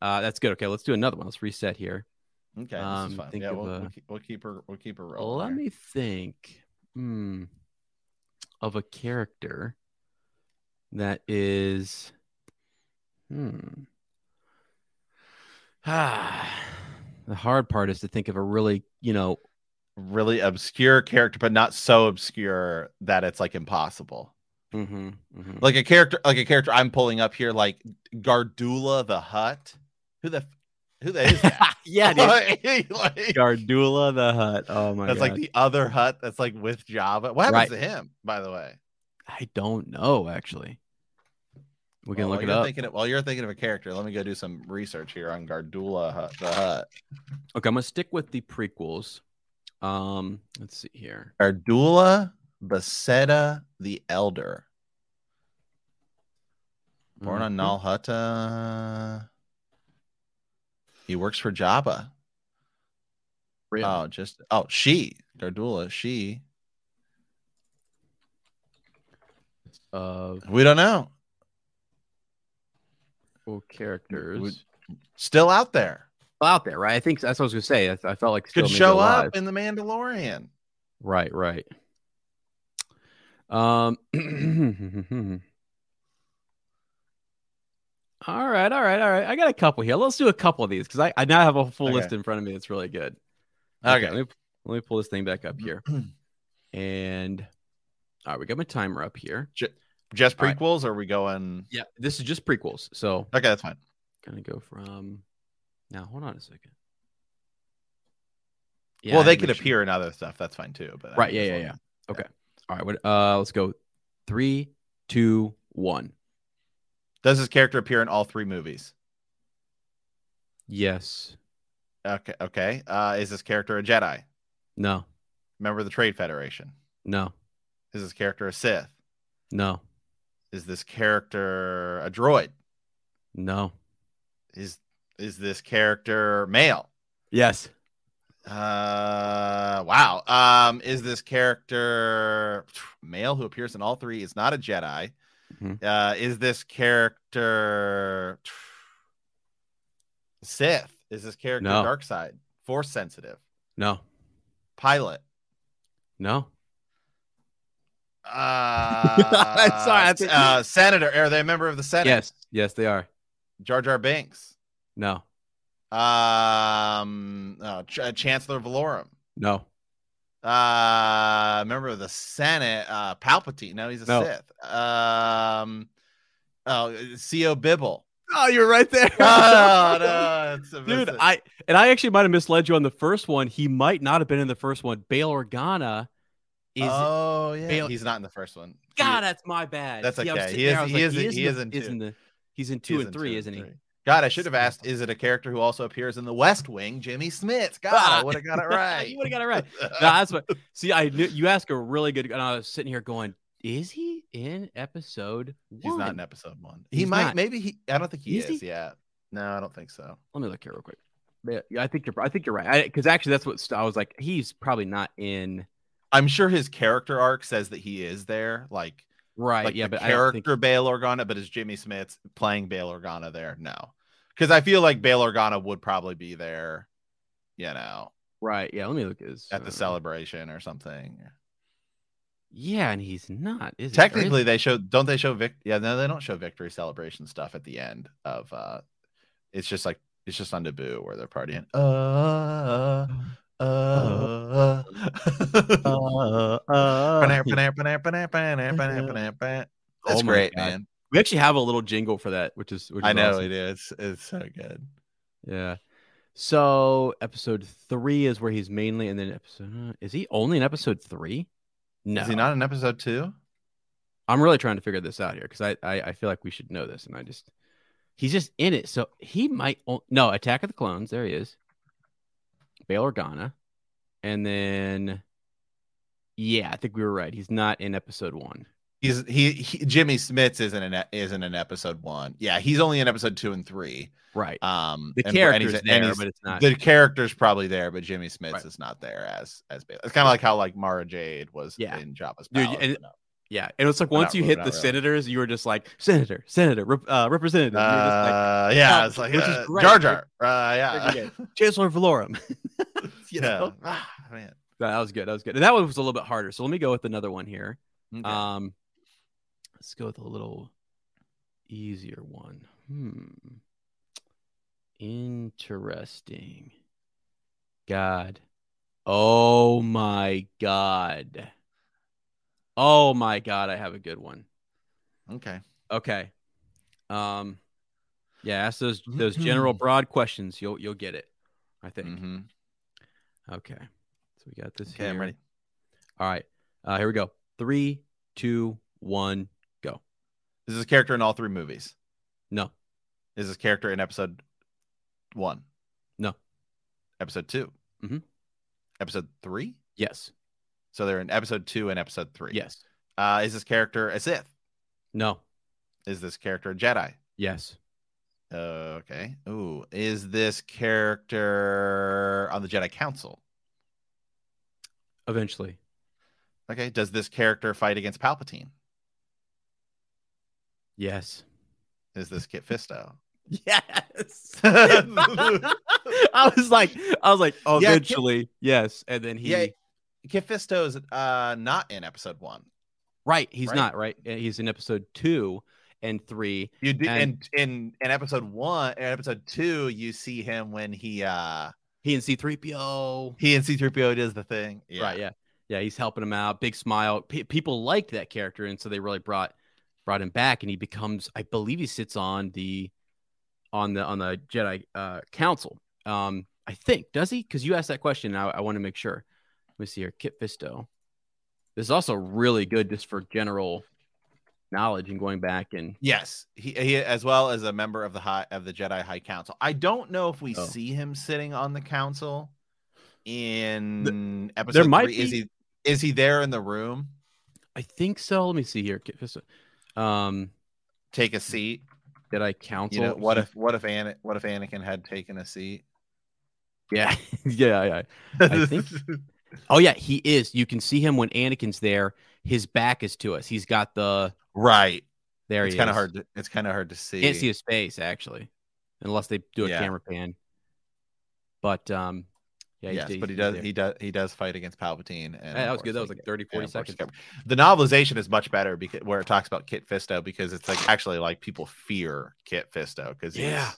Speaker 2: uh, that's good okay let's do another one let's reset here
Speaker 1: okay, this
Speaker 2: um,
Speaker 1: is fun.
Speaker 2: think
Speaker 1: Yeah,
Speaker 2: of
Speaker 1: we'll, we'll,
Speaker 2: a-
Speaker 1: keep, we'll keep her. We'll keep her rolling.
Speaker 2: let
Speaker 1: here.
Speaker 2: me think hmm, of a character that is hmm ah the hard part is to think of a really you know
Speaker 1: Really obscure character, but not so obscure that it's like impossible. Mm-hmm,
Speaker 2: mhm, mhm.
Speaker 1: Like a character, like a character I'm pulling up here, like Gardula the Hut. Who the f- who the is that?
Speaker 2: yeah dude.
Speaker 1: Like-
Speaker 2: Gardula the Hut. Oh my
Speaker 1: that's
Speaker 2: god.
Speaker 1: like the other hut that's like with Java. What happens
Speaker 2: Right.
Speaker 1: to him, by the way?
Speaker 2: I don't know actually. We can
Speaker 1: Well, while
Speaker 2: look it
Speaker 1: you're
Speaker 2: up.
Speaker 1: Thinking of, while you're thinking of a character, let me go do some research here on Gardula Hut, the Hut.
Speaker 2: okay, I'm gonna stick with the prequels. Um, let's see here.
Speaker 1: Gardula Baseta the Elder, born
Speaker 2: Mhm.
Speaker 1: on Nalhutta. He works for Java.
Speaker 2: Really?
Speaker 1: Oh, just oh, she Gardula. She
Speaker 2: of
Speaker 1: we don't know.
Speaker 2: cool characters
Speaker 1: Would- Still out there.
Speaker 2: Well, out there, right? I think that's what I was gonna say. I, I felt like still
Speaker 1: Could
Speaker 2: maybe
Speaker 1: show
Speaker 2: alive.
Speaker 1: up in the Mandalorian.
Speaker 2: Right, right. Um. All right, all right, all right. I got a couple here. Let's do a couple of these because I, I now have a full
Speaker 1: Okay.
Speaker 2: list in front of me. It's really good.
Speaker 1: Okay.
Speaker 2: let, me, let me pull this thing back up here. and all right, we got my timer up here.
Speaker 1: Just
Speaker 2: All right.
Speaker 1: prequels? Or are we going?
Speaker 2: Yeah, this is just prequels. So
Speaker 1: Okay, that's fine.
Speaker 2: gonna go from now. Hold on a second.
Speaker 1: well,
Speaker 2: I
Speaker 1: they
Speaker 2: had to
Speaker 1: could
Speaker 2: make sure-
Speaker 1: appear in other stuff. That's fine too. But I
Speaker 2: Right. Yeah.
Speaker 1: just
Speaker 2: Yeah.
Speaker 1: wanted-
Speaker 2: Yeah. Okay. All right. What? Uh, let's go. Three, two, one.
Speaker 1: Does his character appear in all three movies?
Speaker 2: Yes.
Speaker 1: Okay. Okay. Uh, is this character a Jedi?
Speaker 2: No.
Speaker 1: Member of the Trade Federation?
Speaker 2: No.
Speaker 1: Is this character a Sith?
Speaker 2: No.
Speaker 1: Is this character a droid?
Speaker 2: No.
Speaker 1: Is is this character male?
Speaker 2: Yes.
Speaker 1: Uh, wow. Um, is this character male who appears in all three? Is not a Jedi.
Speaker 2: Mhm.
Speaker 1: Uh, is this character Sith? Is this character
Speaker 2: No.
Speaker 1: dark side, force sensitive,
Speaker 2: No.
Speaker 1: pilot?
Speaker 2: No.
Speaker 1: Uh,
Speaker 2: sorry, I think-
Speaker 1: uh, senator. Are they a member of the Senate?
Speaker 2: Yes. Yes, they are.
Speaker 1: Jar Jar Binks.
Speaker 2: No.
Speaker 1: Um, uh, Ch- uh, Chancellor Valorum.
Speaker 2: No.
Speaker 1: Uh, member of the Senate. Uh, Palpatine. No, he's a
Speaker 2: No.
Speaker 1: Sith. Um, oh, C.O. uh, Bibble.
Speaker 2: Oh, you're right there.
Speaker 1: Oh, no, it's a
Speaker 2: Dude,
Speaker 1: miss it.
Speaker 2: I and I actually might have misled you on the first one. He might not have been in the first one. Bail Organa is
Speaker 1: oh yeah,
Speaker 2: Bale-
Speaker 1: he's not in the first one.
Speaker 2: God, that's my bad.
Speaker 1: That's
Speaker 2: Yeah, I was
Speaker 1: okay.
Speaker 2: sitting
Speaker 1: He
Speaker 2: there,
Speaker 1: is-
Speaker 2: I was
Speaker 1: he is in- he
Speaker 2: the-
Speaker 1: is in two.
Speaker 2: in the- he's in
Speaker 1: He-
Speaker 2: two
Speaker 1: he's
Speaker 2: and
Speaker 1: in
Speaker 2: three,
Speaker 1: and
Speaker 2: isn't he?
Speaker 1: three. God, I should have asked. Is it a character who also appears in The West Wing? Jimmy Smith. God, I
Speaker 2: Ah.
Speaker 1: would have got it right.
Speaker 2: you would have got it right. No, that's what. See, I knew you ask a really good. And I was sitting here going, "Is he in episode one?"
Speaker 1: He's not in episode one. He
Speaker 2: He's
Speaker 1: might,
Speaker 2: not.
Speaker 1: maybe he. I don't think he
Speaker 2: Is
Speaker 1: is.
Speaker 2: he?
Speaker 1: Yeah. No, I don't think so.
Speaker 2: Let me look here real quick. Yeah, Yeah, I think you're. I think you're right. Because actually, that's what st- I was like. He's probably not in.
Speaker 1: I'm sure his character arc says that he is there, like
Speaker 2: Right.
Speaker 1: like
Speaker 2: yeah,
Speaker 1: the
Speaker 2: but I don't think-
Speaker 1: character Bail Organa, but is Jimmy Smith playing Bail Organa there? No, because I feel like Bail Organa would probably be there, you know,
Speaker 2: right. Yeah. Let me look at his
Speaker 1: at the
Speaker 2: uh,
Speaker 1: celebration or something.
Speaker 2: Yeah, and he's not. Is he? Or is
Speaker 1: Technically, they show don't they show Vic? Yeah, no, they don't show victory celebration stuff at the end of. uh It's just like it's just on Naboo where they're partying. Uh, uh, uh, That's
Speaker 2: uh, Oh my
Speaker 1: great,
Speaker 2: God.
Speaker 1: man.
Speaker 2: We actually have a little jingle for that, which is. Which is
Speaker 1: I know
Speaker 2: awesome.
Speaker 1: it is. It's so good.
Speaker 2: Yeah. So episode three is where he's mainly, and then episode uh, is he only in episode three? No,
Speaker 1: Is he not in episode two?
Speaker 2: I'm really trying to figure this out here because I, I I feel like we should know this, and I just he's just in it, so he might o- no Attack of the Clones. There he is, Bail Organa, and then yeah, I think we were right. He's not in episode one.
Speaker 1: He's he, he Jimmy Smits isn't in isn't in episode one. Yeah, he's only in episode two and three.
Speaker 2: Right.
Speaker 1: Um,
Speaker 2: the
Speaker 1: and- and
Speaker 2: character's
Speaker 1: he's- and
Speaker 2: there,
Speaker 1: he's-
Speaker 2: but it's not.
Speaker 1: the character's probably there, but Jimmy Smits
Speaker 2: Right.
Speaker 1: is not there as as Bail. It's kind of like how like Mara Jade was
Speaker 2: Yeah.
Speaker 1: in Jabba's
Speaker 2: Dude,
Speaker 1: Palace.
Speaker 2: and-
Speaker 1: but no.
Speaker 2: yeah, and it's like
Speaker 1: Well, not
Speaker 2: once you
Speaker 1: really,
Speaker 2: hit
Speaker 1: not
Speaker 2: the
Speaker 1: really.
Speaker 2: senators, you were just like senator, senator, rep- uh, representative. and you're just like,
Speaker 1: Uh, yeah,
Speaker 2: "Oh,
Speaker 1: it's like
Speaker 2: which is
Speaker 1: uh,
Speaker 2: great,
Speaker 1: Jar
Speaker 2: like-
Speaker 1: Jar. Uh, yeah,
Speaker 2: Freaking good. Chancellor Valorum. you
Speaker 1: yeah.
Speaker 2: know?
Speaker 1: Ah, man.
Speaker 2: No, That was good. That was good. And that one was a little bit harder. So let me go with another one here.
Speaker 1: Okay.
Speaker 2: Um, let's go with a little easier one. Hmm. Interesting. God. Oh my God. Oh my God. I have a good one.
Speaker 1: okay.
Speaker 2: Okay. Um, yeah. Ask those
Speaker 1: Mm-hmm.
Speaker 2: those general broad questions. You'll you'll get it. I think.
Speaker 1: Mhm.
Speaker 2: Okay. So we got this
Speaker 1: Okay,
Speaker 2: here.
Speaker 1: I'm ready.
Speaker 2: All right. Uh, here we go. Three, two, one, go.
Speaker 1: Is this character in all three movies?
Speaker 2: No,
Speaker 1: Is this character in episode one?
Speaker 2: No.
Speaker 1: Episode 2
Speaker 2: Mhm.
Speaker 1: Episode three?
Speaker 2: yes,
Speaker 1: So they're in episode two and episode three.
Speaker 2: yes,
Speaker 1: Uh, is this character a Sith?
Speaker 2: no,
Speaker 1: Is this character a Jedi?
Speaker 2: yes,
Speaker 1: Uh, okay. Ooh, is this character on the Jedi Council?
Speaker 2: eventually.
Speaker 1: Okay. Does this character fight against Palpatine?
Speaker 2: Yes.
Speaker 1: Is this Kit Fisto?
Speaker 2: Yes. I was like, I was like,
Speaker 1: Yeah, Kit-
Speaker 2: eventually, yes. And then he,
Speaker 1: Yeah. Kit Fisto is uh, not in episode one.
Speaker 2: right, he's
Speaker 1: Right.
Speaker 2: not, right? And He's in episode two and three.
Speaker 1: You do, and
Speaker 2: And-
Speaker 1: in in episode one, in episode two, you see him when he uh
Speaker 2: He and C3PO.
Speaker 1: he and C-3PO does the thing. Yeah.
Speaker 2: Right. Yeah. Yeah. He's helping him out. Big smile. Pe people liked that character, and so they really brought brought him back, and he becomes, I believe, he sits on the on the on the Jedi uh, Council. Um, I think does he? Because you asked that question, and I, I want to make sure. Let me see here. Kit Fisto. This is also really good just for general knowledge and going back and
Speaker 1: Yes, he, he as well as a member of the high of the Jedi High Council. I don't know if we
Speaker 2: Oh.
Speaker 1: see him sitting on the council in episode.
Speaker 2: might
Speaker 1: three. Is
Speaker 2: be-
Speaker 1: he is he there in the room?
Speaker 2: I think so. Let me see here. Kit Fisto. Um,
Speaker 1: Take a seat.
Speaker 2: Jedi Council.
Speaker 1: You know what if what if Ana, what if Anakin had taken a seat?
Speaker 2: Yeah. yeah. Yeah. I think- Oh yeah, he is. You can see him when Anakin's there. His back is to us. He's got the
Speaker 1: right.
Speaker 2: there.
Speaker 1: It's
Speaker 2: he
Speaker 1: kind of
Speaker 2: is.
Speaker 1: hard. To, it's kind of hard to see.
Speaker 2: Can't see his face actually, unless they do a
Speaker 1: Yeah.
Speaker 2: camera pan. But um, yeah,
Speaker 1: yes, but he does. He does. He does fight against Palpatine. And
Speaker 2: that was good. That was
Speaker 1: unfortunately,
Speaker 2: like 30, 40
Speaker 1: and
Speaker 2: seconds.
Speaker 1: unfortunately- The novelization is much better because where it talks about Kit Fisto because it's like actually like people fear Kit Fisto because
Speaker 2: Yeah.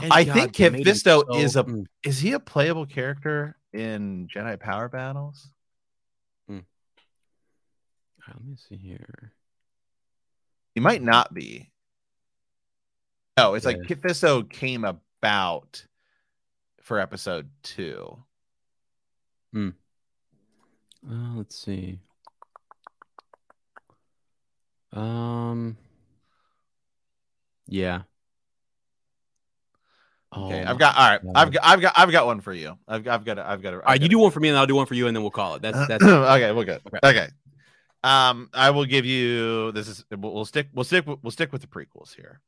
Speaker 1: And I God, think they Kit made him Fisto so- is a-
Speaker 2: mm,
Speaker 1: is he a playable character in Jedi Power Battles?
Speaker 2: Let uh, me see here.
Speaker 1: He might not be. No, Oh, it's like
Speaker 2: Yeah.
Speaker 1: Kitfiso came about for episode two.
Speaker 2: Uh, let's see. Um. Yeah.
Speaker 1: Okay,
Speaker 2: Oh,
Speaker 1: I've got all right.
Speaker 2: God.
Speaker 1: I've got I've got I've got one for you. I've I've got a, I've got a, I've
Speaker 2: All
Speaker 1: got
Speaker 2: right, you
Speaker 1: a-
Speaker 2: do one for me, and I'll do one for you, and then we'll call it. That's that's.
Speaker 1: Uh, okay. We're good.
Speaker 2: Okay.
Speaker 1: Okay. Um, I will give you this is we'll, we'll stick we'll stick with- we'll stick with the prequels here.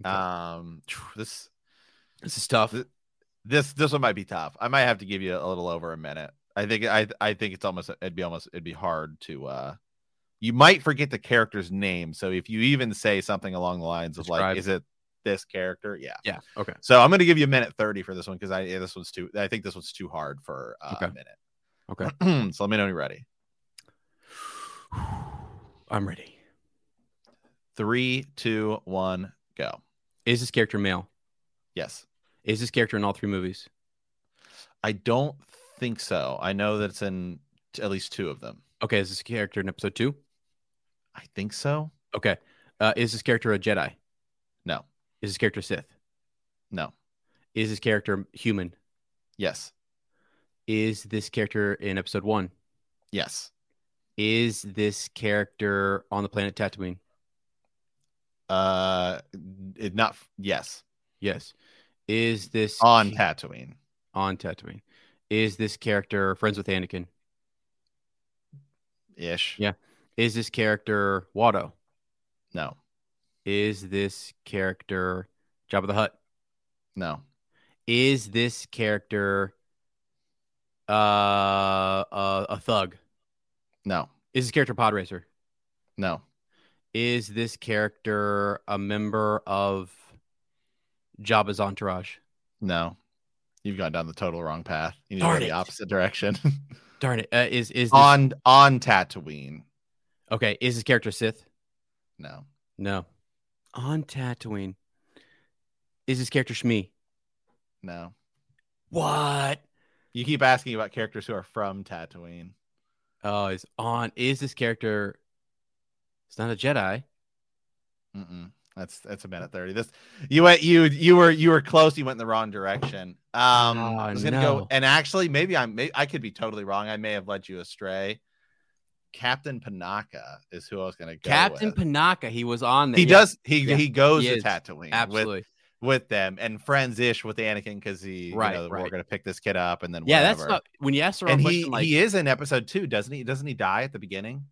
Speaker 2: Okay.
Speaker 1: Um, this
Speaker 2: this is tough.
Speaker 1: th- this this one might be tough. I might have to give you a little over a minute. I think I I think it's almost it'd be almost it'd be hard to uh you might forget the character's name. So if you even say something along the lines of
Speaker 2: Describe.
Speaker 1: like is it this character? Yeah.
Speaker 2: Yeah. Okay.
Speaker 1: So I'm going to give you a minute 30 for this one cuz I yeah, this one's too I think this one's too hard for uh,
Speaker 2: Okay.
Speaker 1: a minute.
Speaker 2: Okay.
Speaker 1: so let me know when you're ready.
Speaker 2: I'm ready.
Speaker 1: Three, two, one, go.
Speaker 2: Is this character male?
Speaker 1: Yes.
Speaker 2: Is this character in all three movies?
Speaker 1: I don't think so. I know that it's in t- at least two of them.
Speaker 2: Okay. Is this character in episode two?
Speaker 1: I think so.
Speaker 2: Okay. Uh, is this character a Jedi?
Speaker 1: No.
Speaker 2: Is this character Sith?
Speaker 1: No.
Speaker 2: Is this character human?
Speaker 1: Yes.
Speaker 2: Is this character in episode one?
Speaker 1: Yes.
Speaker 2: Is this character on the planet Tatooine?
Speaker 1: Uh, it not f- yes
Speaker 2: Yes. Is this
Speaker 1: on
Speaker 2: ca-
Speaker 1: Tatooine.
Speaker 2: on Tatooine? Is this character friends with Anakin?
Speaker 1: Ish.
Speaker 2: Yeah. Is this character Watto?
Speaker 1: No.
Speaker 2: Is this character Jabba the Hutt?
Speaker 1: No.
Speaker 2: Is this character uh, a, a thug?
Speaker 1: No.
Speaker 2: Is this character a pod racer?
Speaker 1: No.
Speaker 2: Is this character a member of Jabba's entourage?
Speaker 1: No. You've gone down the total wrong path. You need to
Speaker 2: Darn
Speaker 1: go
Speaker 2: it.
Speaker 1: the opposite direction.
Speaker 2: Darn it! Uh, is is this,
Speaker 1: on on Tatooine.
Speaker 2: okay? Is this character Sith?
Speaker 1: No.
Speaker 2: No. On Tatooine. Is this character Shmi?
Speaker 1: No.
Speaker 2: What?
Speaker 1: You keep asking about characters who are from Tatooine.
Speaker 2: Oh, is on. Is this character? It's not a Jedi.
Speaker 1: Mm-mm. That's that's a minute thirty. This you went you you were you were close. You went in the wrong direction. Um, I
Speaker 2: Oh,
Speaker 1: was gonna
Speaker 2: no.
Speaker 1: go and actually maybe I'm may, I could be totally wrong. I may have led you astray. Captain Panaka is who I was gonna go.
Speaker 2: Captain
Speaker 1: with.
Speaker 2: Panaka. He was on. There.
Speaker 1: he
Speaker 2: yeah,
Speaker 1: does he
Speaker 2: Yeah.
Speaker 1: he goes
Speaker 2: He
Speaker 1: to
Speaker 2: is.
Speaker 1: Tatooine
Speaker 2: absolutely.
Speaker 1: with with them and friends ish with Anakin because he
Speaker 2: Right,
Speaker 1: you know, we're
Speaker 2: right.
Speaker 1: gonna pick this kid up and then
Speaker 2: yeah,
Speaker 1: whatever.
Speaker 2: that's not, when you ask the wrong
Speaker 1: and
Speaker 2: question.
Speaker 1: he
Speaker 2: like,
Speaker 1: he is in episode two, doesn't he? Doesn't he die at the beginning?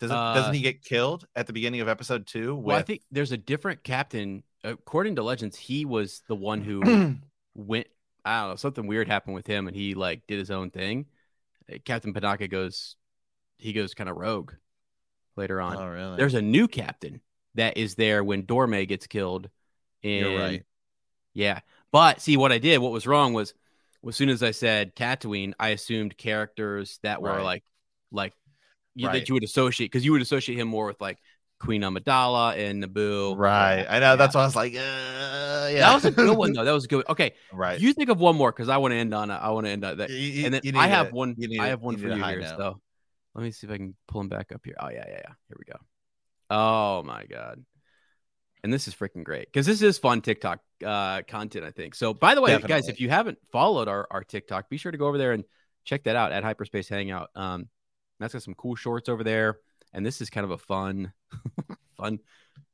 Speaker 1: Doesn't
Speaker 2: Uh,
Speaker 1: doesn't he get killed at the beginning of episode two? With,
Speaker 2: well, I think there's a different captain. According to legends, he was the one who went. I don't know. Something weird happened with him, and he like did his own thing. Uh, Captain Panaka goes. He goes kind of rogue later on.
Speaker 1: oh really?
Speaker 2: there's a new captain that is there when Dorme gets killed. In,
Speaker 1: You're right.
Speaker 2: Yeah. But see, what I did, what was wrong was as soon as I said Tatooine, I assumed characters that were
Speaker 1: Right.
Speaker 2: like, like you, that
Speaker 1: Right.
Speaker 2: you would associate because you would associate him more with like Queen Amidala and Naboo.
Speaker 1: Right. I know. That's why I was like, uh, yeah.
Speaker 2: That was a good one though. That was a good. One. Okay,
Speaker 1: right.
Speaker 2: you think of one more because I want to end on. A, I want to end on that.
Speaker 1: You-
Speaker 2: And then
Speaker 1: you
Speaker 2: I
Speaker 1: need
Speaker 2: have
Speaker 1: a-
Speaker 2: one.
Speaker 1: you need
Speaker 2: I
Speaker 1: a-
Speaker 2: have one
Speaker 1: need
Speaker 2: for
Speaker 1: a
Speaker 2: you
Speaker 1: high
Speaker 2: here.
Speaker 1: note.
Speaker 2: So let me see if I can pull him back up here. Oh yeah, yeah, yeah. Here we go. Oh my god. And this is freaking great because this is fun TikTok uh, content, I think. So, by the way, guys,
Speaker 1: Definitely.
Speaker 2: if you haven't followed our, our TikTok, be sure to go over there and check that out at Hyperspace Hangout. Um, Matt's got some cool shorts over there, and this is kind of a fun, fun,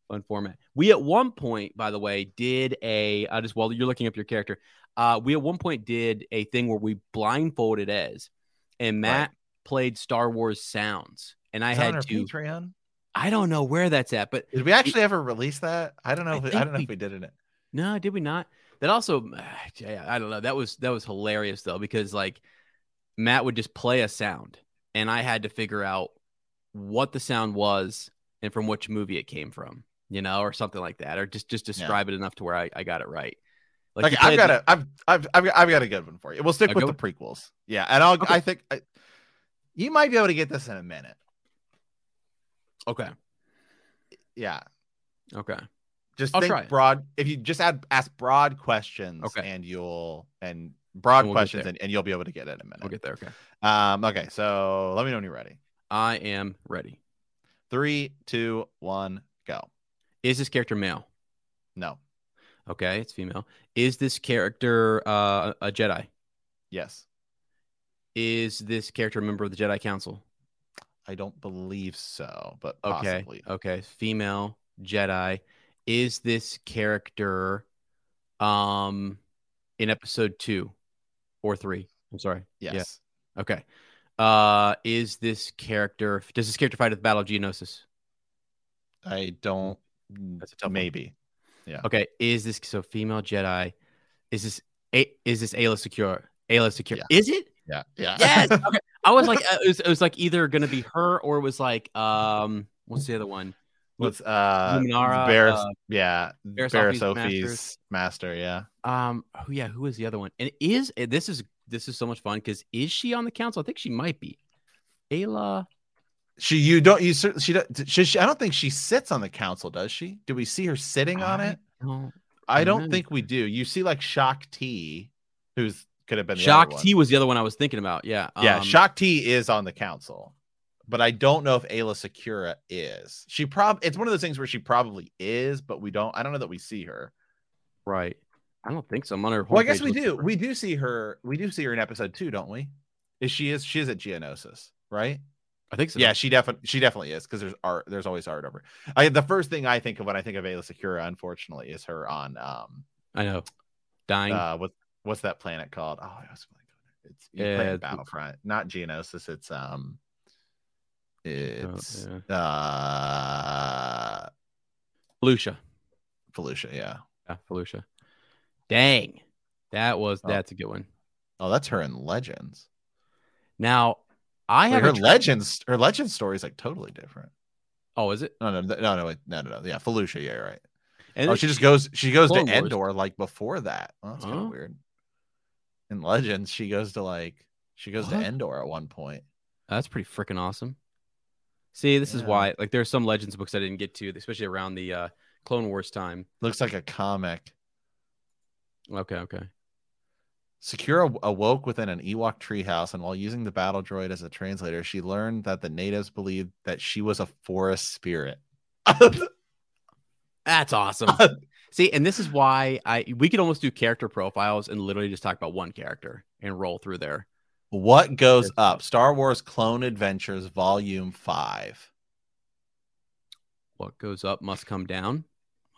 Speaker 2: fun format. We at one point, by the way, did a. I just while you're looking up your character, uh, we at one point did a thing where we blindfolded Ez, and Matt played Star Wars sounds, and I
Speaker 1: Is that on
Speaker 2: had
Speaker 1: our
Speaker 2: to.
Speaker 1: Patreon.
Speaker 2: I don't know where that's at, but
Speaker 1: Did we actually ever release that? I don't know.
Speaker 2: I
Speaker 1: If we,
Speaker 2: think
Speaker 1: I don't know
Speaker 2: we-
Speaker 1: if we did it.
Speaker 2: No, did we not? That also, yeah, I don't know. That was that was hilarious though because like Matt would just play a sound, and I had to figure out what the sound was and from which movie it came from, you know, or something like that, or just just describe it enough to where I, I got it right.
Speaker 1: Okay,
Speaker 2: you
Speaker 1: I've
Speaker 2: played
Speaker 1: got
Speaker 2: the-
Speaker 1: a, I've, I've, I've, got- I've got a good one for you. We'll stick
Speaker 2: A
Speaker 1: with
Speaker 2: good
Speaker 1: the prequels. Yeah, and I'll,
Speaker 2: Okay.
Speaker 1: I think I, you might be able to get this in a minute.
Speaker 2: okay,
Speaker 1: Yeah,
Speaker 2: okay,
Speaker 1: just
Speaker 2: I'll
Speaker 1: think
Speaker 2: try it.
Speaker 1: broad. If you just add, ask broad questions,
Speaker 2: Okay.
Speaker 1: and you'll and broad
Speaker 2: And we'll get
Speaker 1: questions,
Speaker 2: there.
Speaker 1: and, and you'll be able to get it in a
Speaker 2: we'll
Speaker 1: minute.
Speaker 2: get there. Okay,
Speaker 1: Um, okay, so let me know when you're ready.
Speaker 2: I am ready.
Speaker 1: Three, two, one, go.
Speaker 2: Is this character male?
Speaker 1: No,
Speaker 2: Okay, it's female. Is this character uh, a Jedi?
Speaker 1: Yes.
Speaker 2: Is this character a member of the Jedi Council?
Speaker 1: I don't believe so, but
Speaker 2: Okay. Oh,
Speaker 1: possibly.
Speaker 2: Okay. Female Jedi. Is this character um in episode two or three? I'm sorry. Yeah.
Speaker 1: Yes.
Speaker 2: Okay. Uh is this character does this character fight at the Battle of Geonosis?
Speaker 1: I don't.
Speaker 2: That's a tough one.
Speaker 1: maybe.
Speaker 2: Okay. Is this so female Jedi? Is this a is this Ayla secure? Ayla secure.
Speaker 1: Yeah.
Speaker 2: Is it?
Speaker 1: Yeah. Yeah.
Speaker 2: Yes. Okay. I was like uh, it was, it was like either gonna be her or it was like um what's the other one?
Speaker 1: What's uh
Speaker 2: Luminara,
Speaker 1: Barris,
Speaker 2: uh,
Speaker 1: yeah,
Speaker 2: Barris
Speaker 1: Barris
Speaker 2: Offee's
Speaker 1: Offee's master, yeah.
Speaker 2: Um, who yeah, who is the other one? And is eh, this is this is so much fun because is she on the council? I think she might be. Ayla,
Speaker 1: She you don't you cer- she don't she, she I don't think she sits on the council, does she? Do we see her sitting on
Speaker 2: I
Speaker 1: it?
Speaker 2: don't
Speaker 1: I don't
Speaker 2: know.
Speaker 1: think we do. You see like Shock T, who's could have been the other
Speaker 2: Shock
Speaker 1: one.
Speaker 2: T was the other one I was thinking about. Yeah,
Speaker 1: Yeah,
Speaker 2: um,
Speaker 1: Shock T is on the council, but I don't know if Ayla Secura is. She prob it's one of those things where she probably is, but we don't. I don't know that we see her.
Speaker 2: Right. I don't think so. I'm on her.
Speaker 1: Well, I guess
Speaker 2: homepage
Speaker 1: we
Speaker 2: looking
Speaker 1: do.
Speaker 2: for-
Speaker 1: We do see her. We do see her in episode two, don't we? Is she is she is at Geonosis, right?
Speaker 2: I think so.
Speaker 1: Yeah, she definitely she definitely is because there's art. There's always art over. I the first thing I think of when I think of Ayla Secura, unfortunately, is her on um
Speaker 2: I know. Dying.
Speaker 1: uh what what's that planet called? Oh, I was it's you
Speaker 2: Yeah,
Speaker 1: play in
Speaker 2: it's-
Speaker 1: Battlefront, not Geonosis. It's um, it's
Speaker 2: Oh, yeah.
Speaker 1: uh
Speaker 2: Felucia.
Speaker 1: Felucia. Yeah.
Speaker 2: Yeah, Felucia. Dang. That was
Speaker 1: Oh.
Speaker 2: that's a good one.
Speaker 1: Oh, that's her in Legends.
Speaker 2: Now I
Speaker 1: Like,
Speaker 2: have
Speaker 1: her
Speaker 2: a tra-
Speaker 1: Legends. Her Legends story is like totally different.
Speaker 2: Oh, is it?
Speaker 1: No, no, th- no, no, wait, no, no, no. Yeah, Felucia. Yeah, you're right.
Speaker 2: And
Speaker 1: oh,
Speaker 2: then
Speaker 1: she just goes. She goes to
Speaker 2: Clone Wars.
Speaker 1: Endor like before that. Well, that's kind
Speaker 2: Huh?
Speaker 1: of weird. In Legends, she goes to like she goes
Speaker 2: What?
Speaker 1: to Endor at one point.
Speaker 2: That's pretty freaking awesome. See, this is
Speaker 1: Yeah.
Speaker 2: why like there's some Legends books I didn't get to, especially around the uh Clone Wars time.
Speaker 1: Looks like a comic.
Speaker 2: Okay, okay.
Speaker 1: Secura awoke within an Ewok treehouse, and while using the battle droid as a translator, she learned that the natives believed that she was a forest spirit.
Speaker 2: That's awesome. See, and this is why I we could almost do character profiles and literally just talk about one character and roll through there.
Speaker 1: what goes up? Star Wars Clone Adventures, Volume 5.
Speaker 2: What goes up must come down.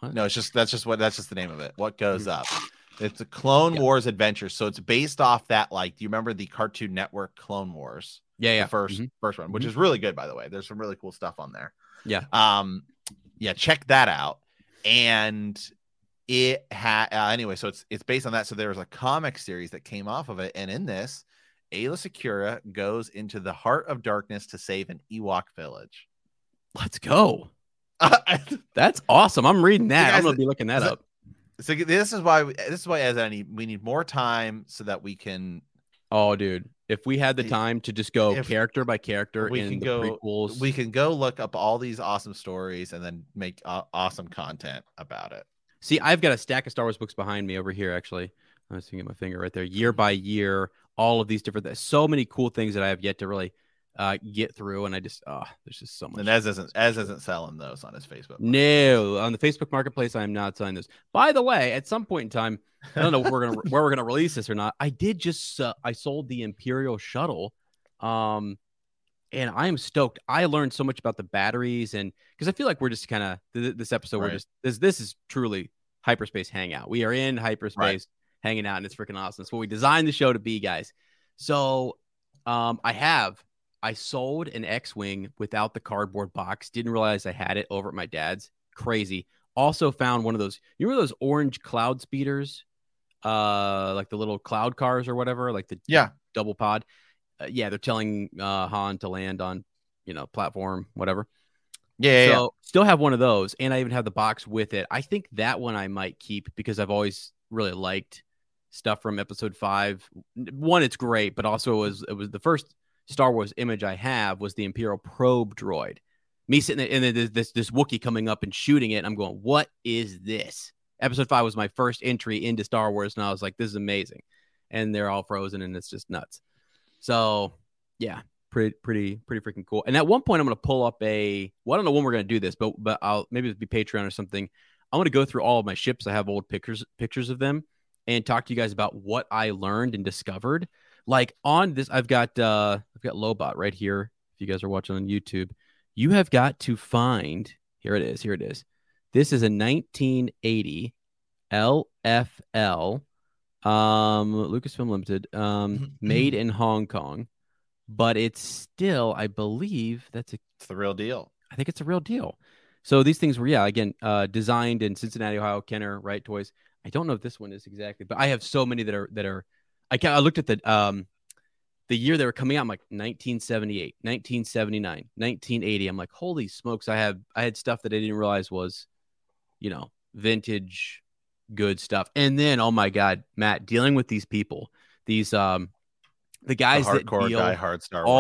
Speaker 1: No, it's just that's just what that's just the name of it. What goes up? It's a Clone
Speaker 2: Yeah.
Speaker 1: Wars adventure, so it's based off that. Like, do you remember the Cartoon Network Clone Wars,
Speaker 2: Yeah, yeah.
Speaker 1: the 1st
Speaker 2: Mhm.
Speaker 1: first one, which
Speaker 2: Mhm.
Speaker 1: is really good, by the way. There's some really cool stuff on there.
Speaker 2: Yeah.
Speaker 1: Um, yeah, check that out. And it had uh, anyway, so it's it's based on that. So there was a comic series that came off of it, and in this, Ayla Secura goes into the heart of darkness to save an Ewok village.
Speaker 2: Mm-hmm. Let's go. That's awesome. I'm reading that.
Speaker 1: guys-
Speaker 2: I'm gonna be looking that
Speaker 1: is it-
Speaker 2: up.
Speaker 1: So this is why we, this is why as I need we need more time so that we can
Speaker 2: Oh, dude. If we had the
Speaker 1: If-
Speaker 2: time to just go
Speaker 1: if
Speaker 2: character by character
Speaker 1: we
Speaker 2: in
Speaker 1: can
Speaker 2: the
Speaker 1: go-
Speaker 2: prequels,
Speaker 1: we can go look up all these awesome stories and then make uh, awesome content about it.
Speaker 2: See, I've got a stack of Star Wars books behind me over here. Actually, I'm just gonna get my finger right there. Year by year, all of these different. There's so many cool things that I have yet to really uh, get through, and I just ah, there's just so much.
Speaker 1: And Ez isn't Ez isn't selling those on his Facebook.
Speaker 2: no, on the Facebook Marketplace, I am not selling this. By the way, at some point in time, I don't know if we're gonna where we're gonna release this or not. I did just uh, I sold the Imperial shuttle, um, and I am stoked. I learned so much about the batteries and because I feel like we're just kind of th- this episode we're
Speaker 1: Right.
Speaker 2: just this this is truly hyperspace hangout. We are in hyperspace
Speaker 1: Right.
Speaker 2: hanging out, and it's freaking awesome. It's what we designed the show to be, guys. So, um, I have I sold an X-wing without the cardboard box. Didn't realize I had it over at my dad's. Crazy. Also found one of those. You remember those orange cloud speeders? uh like the little cloud cars or whatever like the
Speaker 1: Yeah.
Speaker 2: double pod uh, yeah they're telling uh han to land on you know platform whatever
Speaker 1: Yeah,
Speaker 2: so
Speaker 1: yeah,
Speaker 2: still have one of those and i even have the box with it i think that one i might keep because i've always really liked stuff from episode five one it's great but also it was it was the first star wars image i have was the imperial probe droid me sitting there and then there's this this wookie coming up and shooting it and i'm going what is this episode five was my first entry into Star Wars, and I was like, this is amazing. And they're all frozen, and it's just nuts. So, yeah, pretty, pretty, pretty freaking cool. And at one point, I'm gonna pull up a. Well, I don't know when we're gonna do this, but but I'll maybe it'll be Patreon or something. I'm gonna go through all of my ships. I have old pictures pictures of them and talk to you guys about what I learned and discovered. Like on this, I've got uh I've got Lobot right here. If you guys are watching on YouTube, you have got to find here it is, here it is. This is a 1980 LFL um Lucasfilm Limited um made in Hong Kong, but it's still, I believe, that's a
Speaker 1: It's the real deal.
Speaker 2: I think it's a real deal. So these things were, yeah, again, uh, designed in Cincinnati, Ohio, Kenner, Wright Toys. I don't know if this one is exactly, but I have so many that are that are. I can I looked at the um, the year they were coming out. I'm like 1978, 1979, 1980. I'm like, holy smokes! I have I had stuff that I didn't realize was, you know, vintage, good stuff. And then, oh my God, Matt, dealing with these people, these um, the
Speaker 1: The
Speaker 2: guys that
Speaker 1: hardcore
Speaker 2: deal
Speaker 1: die hard Star Wars.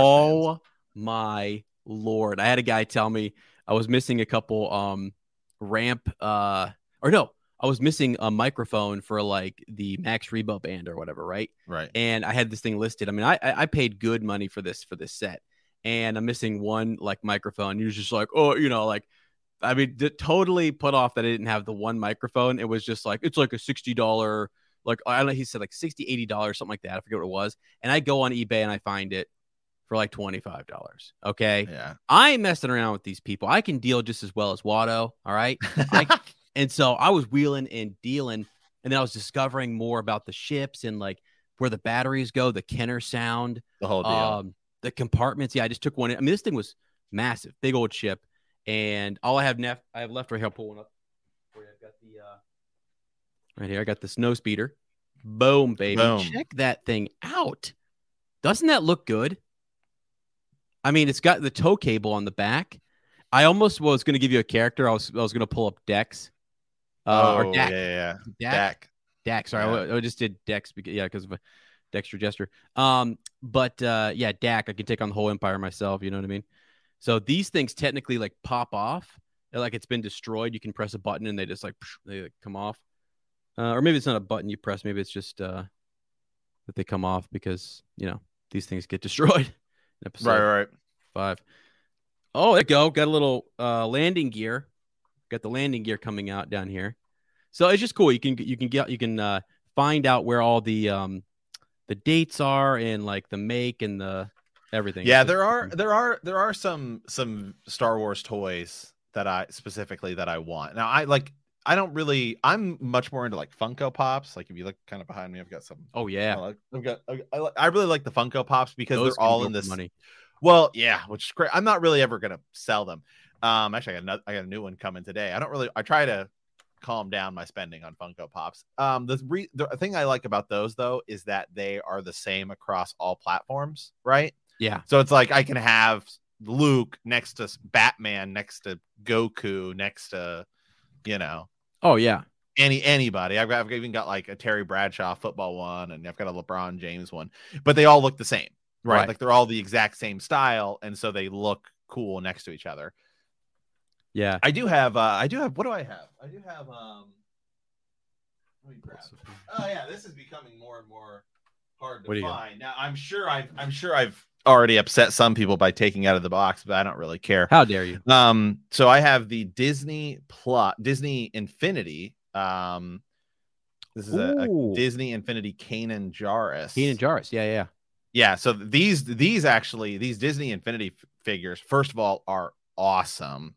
Speaker 1: fans.
Speaker 2: Oh my lord. I had a guy tell me I was missing a couple um ramp uh or no, I was missing a microphone for like the Max Rebo band or whatever, right?
Speaker 1: right.
Speaker 2: And I had this thing listed. I mean, I I I paid good money for this for this set. And I'm missing one like microphone. He was just like, oh, you know, like I mean, d- totally put off that I didn't have the one microphone. It was just like it's like a sixty dollar, like I don't know. He said like sixty, eighty dollars, something like that. I forget what it was. And I go on eBay and I find it for like twenty five dollars. Okay,
Speaker 1: Yeah.
Speaker 2: I ain't messing around with these people. I can deal just as well as Watto. All right. I- And so I was wheeling and dealing, and then I was discovering more about the ships and like where the batteries go, the Kenner sound,
Speaker 1: the whole deal.
Speaker 2: um, the compartments. Yeah, I just took one. in- I mean, this thing was massive, big old ship. And all I have left, I have left right here. I'll pull one up. for you. I've got the uh, right here. I got the snow speeder. Boom, baby!
Speaker 1: Boom.
Speaker 2: Check that thing out. Doesn't that look good? I mean, it's got the tow cable on the back. I almost was going to give you a character. I was I was going to pull up Dex. Uh,
Speaker 1: Oh,
Speaker 2: or Dak.
Speaker 1: yeah, yeah, yeah.
Speaker 2: Dak.
Speaker 1: Dak.
Speaker 2: Dex. Sorry,
Speaker 1: Yeah.
Speaker 2: I, I just did Dex because yeah, because of a Dexter Jester. Um, but uh, yeah, Dak, I can take on the whole empire myself. You know what I mean? So these things technically like pop off, They're like it's been destroyed. You can press a button and they just like psh, they like, come off, uh, or maybe it's not a button you press. Maybe it's just uh, that they come off because you know these things get destroyed. in episode
Speaker 1: Right, right.
Speaker 2: five. Oh, there you go. Got a little uh, landing gear. Got the landing gear coming out down here. So it's just cool. You can you can get you can uh, find out where all the um the dates are and like the make and the everything.
Speaker 1: Yeah,
Speaker 2: It's
Speaker 1: there
Speaker 2: just-
Speaker 1: are there are there are some some Star Wars toys that I specifically that I want. Now I like I don't really I'm much more into like Funko Pops. Like if you look kind of behind me, I've got some.
Speaker 2: Oh
Speaker 1: I
Speaker 2: yeah,
Speaker 1: like- I've got I, I- I really like the Funko Pops because
Speaker 2: Those
Speaker 1: they're
Speaker 2: can
Speaker 1: all
Speaker 2: go
Speaker 1: in
Speaker 2: for
Speaker 1: this.
Speaker 2: money.
Speaker 1: Well, yeah, which is great. I'm not really ever gonna sell them. Um, actually, I got another, I got a new one coming today. I don't really. I try to calm down my spending on Funko Pops. Um, the, re- the thing I like about those though is that they are the same across all platforms, right?
Speaker 2: Yeah,
Speaker 1: So it's like I can have Luke next to Batman, next to Goku, next to you know
Speaker 2: oh yeah,
Speaker 1: any anybody. I've, got, I've even got like a Terry Bradshaw football one, and I've got a LeBron James one, but they all look the same, right?
Speaker 2: Right.
Speaker 1: Like they're all the exact same style, and so they look cool next to each other.
Speaker 2: yeah.
Speaker 1: I do have, uh, I do have. What do I have? I do have. um let me grab it. Oh yeah, this is becoming more and more hard to
Speaker 2: What do you got?
Speaker 1: find. Now I'm sure I've I'm sure I've already upset some people by taking out of the box, but I don't really care.
Speaker 2: How dare you?
Speaker 1: Um, so I have the Disney plot Disney Infinity. Um Uh, this is a, a
Speaker 2: Ooh.
Speaker 1: Disney Infinity Kanan Jarrus.
Speaker 2: Keenan Jarvis. Yeah, yeah.
Speaker 1: yeah, so these these actually these Disney Infinity f- figures, first of all, are awesome.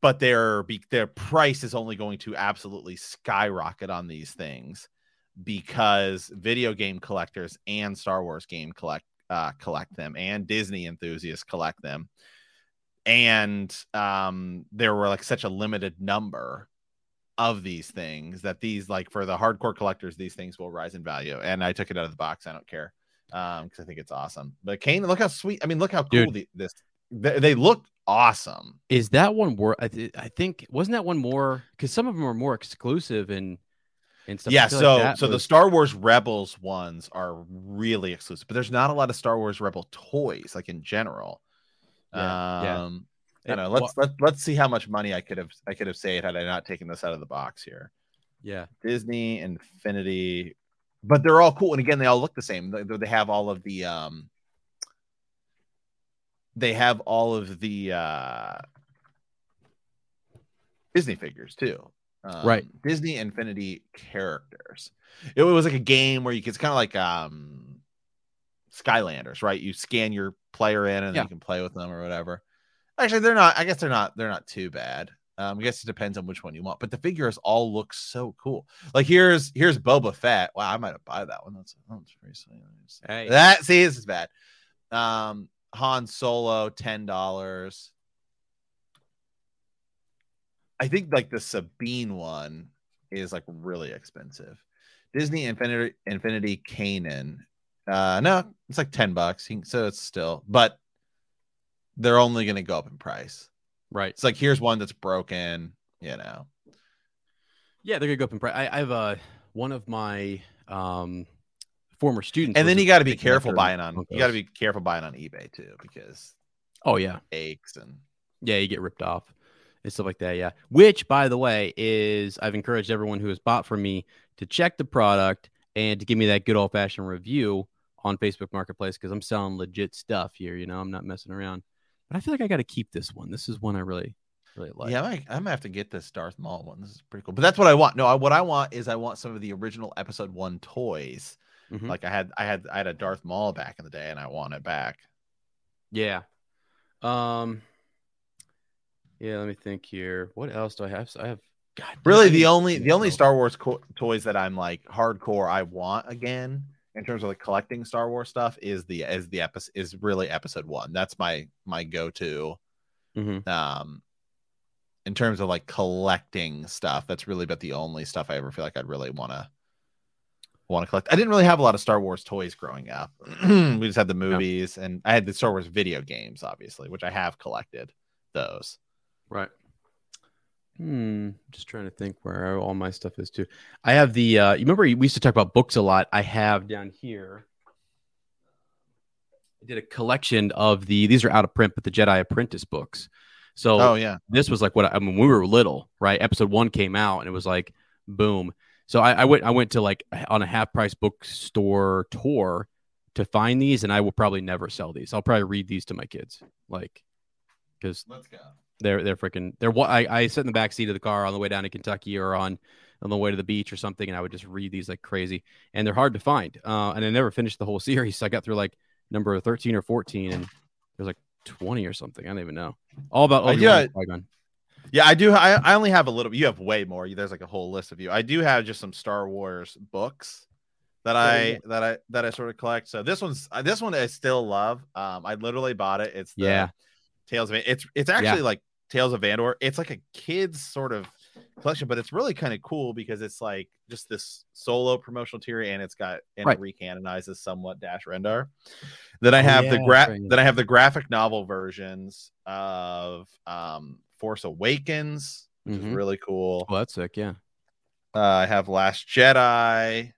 Speaker 1: But their be- their price is only going to absolutely skyrocket on these things because video game collectors and Star Wars game collect uh, collect them and Disney enthusiasts collect them. And um, there were like such a limited number of these things that these like for the hardcore collectors, these things will rise in value. And I took it out of the box. I don't care um because I think it's awesome. But Kane, look how sweet. I mean, look how cool
Speaker 2: Dude.
Speaker 1: the, this. They, they look awesome.
Speaker 2: Is that one more? I, th- I think wasn't that one more? Because some of them are more exclusive and and stuff. I
Speaker 1: yeah
Speaker 2: feel
Speaker 1: so
Speaker 2: like that
Speaker 1: so the
Speaker 2: was-
Speaker 1: star wars rebels ones are really exclusive but there's not a lot of star wars rebel toys like in general
Speaker 2: Yeah, yeah.
Speaker 1: um I don't
Speaker 2: Yeah,
Speaker 1: know. Let's let let's see how much money I could have I could have saved had I not taken this out of the box here.
Speaker 2: yeah.
Speaker 1: Disney, Infinity, but they're all cool, and again, they all look the same. They, they have all of the um, they have all of the uh, Disney figures too. um,
Speaker 2: Right.
Speaker 1: Disney Infinity characters. It was like a game where you could, it's kind of like um Skylanders, right? You scan your player in and
Speaker 2: Yeah.
Speaker 1: you can play with them or whatever. Actually, they're not. I guess they're not. They're not too bad. Um, I guess it depends on which one you want. But the figures all look so cool. Like here's here's Boba Fett. Wow, I might have buy that one. That's that's pretty sweet.
Speaker 2: Hey.
Speaker 1: That see, this is bad. Um, Han Solo, ten dollars. I think like the Sabine one is like really expensive. Disney Infinity Infinity Canaan. Uh no, it's like 10 bucks. You can- So it's still, but they're only gonna go up in price.
Speaker 2: Right.
Speaker 1: It's like here's one that's broken, you know.
Speaker 2: Yeah, they're gonna go up in price. I, I have uh, one of my um, former students,
Speaker 1: And
Speaker 2: was
Speaker 1: then
Speaker 2: a
Speaker 1: you gotta be
Speaker 2: big
Speaker 1: careful
Speaker 2: collector
Speaker 1: buying
Speaker 2: of
Speaker 1: on you
Speaker 2: Funkos.
Speaker 1: gotta be careful buying on eBay too, because
Speaker 2: Oh yeah,
Speaker 1: aches and
Speaker 2: yeah, you get ripped off and stuff like that. Yeah, which by the way is I've encouraged everyone who has bought from me to check the product and to give me that good old fashioned review on Facebook Marketplace because I'm selling legit stuff here. You know, I'm not messing around. But I feel like I got to keep this one. This is one I really, really like.
Speaker 1: yeah, I might, I'm gonna have to get this Darth Maul one. This is pretty cool. But that's what I want. No, I, what I want is I want some of the original Episode One toys.
Speaker 2: Mhm.
Speaker 1: Like I had, I had, I had a Darth Maul back in the day, and I want it back.
Speaker 2: Yeah. Um. Yeah, let me think here. What else do I have? I have God. damn, I
Speaker 1: Really, the
Speaker 2: didn't
Speaker 1: only
Speaker 2: see
Speaker 1: the only
Speaker 2: myself.
Speaker 1: Star Wars co- toys that I'm like hardcore I want again in terms of like collecting Star Wars stuff is the is the episode is really Episode One. That's my my go to.
Speaker 2: Mhm.
Speaker 1: Um, in terms of like collecting stuff, that's really about the only stuff I ever feel like I'd really want to want to collect. I didn't really have a lot of Star Wars toys growing up. we just had the movies, and I had the Star Wars video games, obviously, which I have collected those.
Speaker 2: Right. Hmm. Just trying to think where all my stuff is too. I have the. Uh, you remember we used to talk about books a lot. I have down here. I did a collection of the. These are out of print, but the Jedi Apprentice books. So
Speaker 1: Oh, yeah,
Speaker 2: this was like what I, I mean. We were little, right? Episode one came out, and it was like boom. So I, I went, I went to like on a half price bookstore tour to find these, and I will probably never sell these. I'll probably read these to my kids, like because
Speaker 1: let's go.
Speaker 2: they're they're freaking they're. wa- I I sit in the back seat of the car on the way down to Kentucky or on on the way to the beach or something, and I would just read these like crazy, and they're hard to find. Uh, and I never finished the whole series. I got through like number thirteen or fourteen, and there's like twenty or something. I don't even know. All about
Speaker 1: I
Speaker 2: Obi-Wan
Speaker 1: do-
Speaker 2: and Qui-Gon.
Speaker 1: Yeah, I do. I, I only have a little. You have way more. There's like a whole list of you. I do have just some Star Wars books that I that I that I sort of collect. So this one's uh, this one I still love. Um, I literally bought it. It's the
Speaker 2: Yeah.
Speaker 1: Tales of it's it's actually like Tales of Vandor. It's like a kids sort of collection, but it's really kind of cool because it's like just this solo promotional tier, and it's got and
Speaker 2: Right. Oh,
Speaker 1: it recanonizes somewhat Dash Rendar. Then I have the
Speaker 2: yeah,
Speaker 1: gra-
Speaker 2: right.
Speaker 1: then I have the graphic novel versions of um, Force Awakens, which
Speaker 2: Mhm.
Speaker 1: is really cool.
Speaker 2: Well, that's sick. Yeah.
Speaker 1: Uh, I have Last Jedi,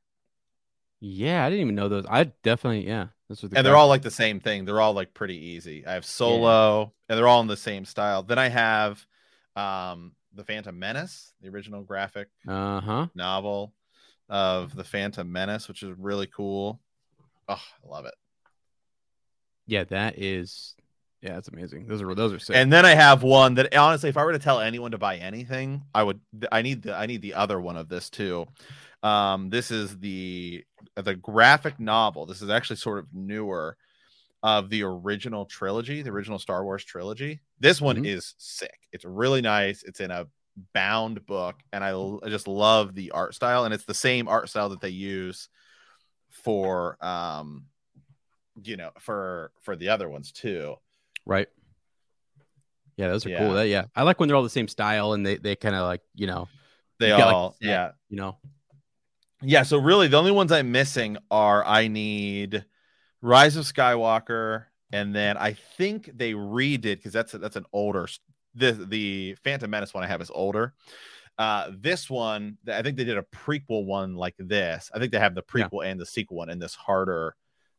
Speaker 2: Yeah, I didn't even know those. I definitely yeah. That's what
Speaker 1: and they're all like the same thing. They're all like pretty easy. I have Solo, and they're all in the same style. Then I have um, the Phantom Menace, the original graphic
Speaker 2: uh huh.
Speaker 1: novel of the Phantom Menace, which is really cool. Oh, I love it.
Speaker 2: Yeah, that is yeah, that's amazing. Those are those are sick.
Speaker 1: And then I have one that honestly, if I were to tell anyone to buy anything, I would. I need the I need the other one of this too. Um, this is the the graphic novel. This is actually sort of newer of the original trilogy, the original Star Wars trilogy. This one
Speaker 2: Mhm.
Speaker 1: is sick. It's really nice. It's in a bound book, and I, l- I just love the art style. And it's the same art style that they use for um, you know, for for the other ones too.
Speaker 2: right. Yeah, those are
Speaker 1: Yeah.
Speaker 2: cool. That, yeah. I like when they're all the same style and they they kind of like, you know,
Speaker 1: They
Speaker 2: You got, like,
Speaker 1: all,
Speaker 2: set.
Speaker 1: yeah,
Speaker 2: you know.
Speaker 1: Yeah, so really the only ones I'm missing are I need Rise of Skywalker and then I think they redid because that's that's an older s- the the Phantom Menace one I have is older. Uh this one, th- I think they did a prequel one like this. I think they have the
Speaker 2: Yeah.
Speaker 1: prequel and the sequel one in this harder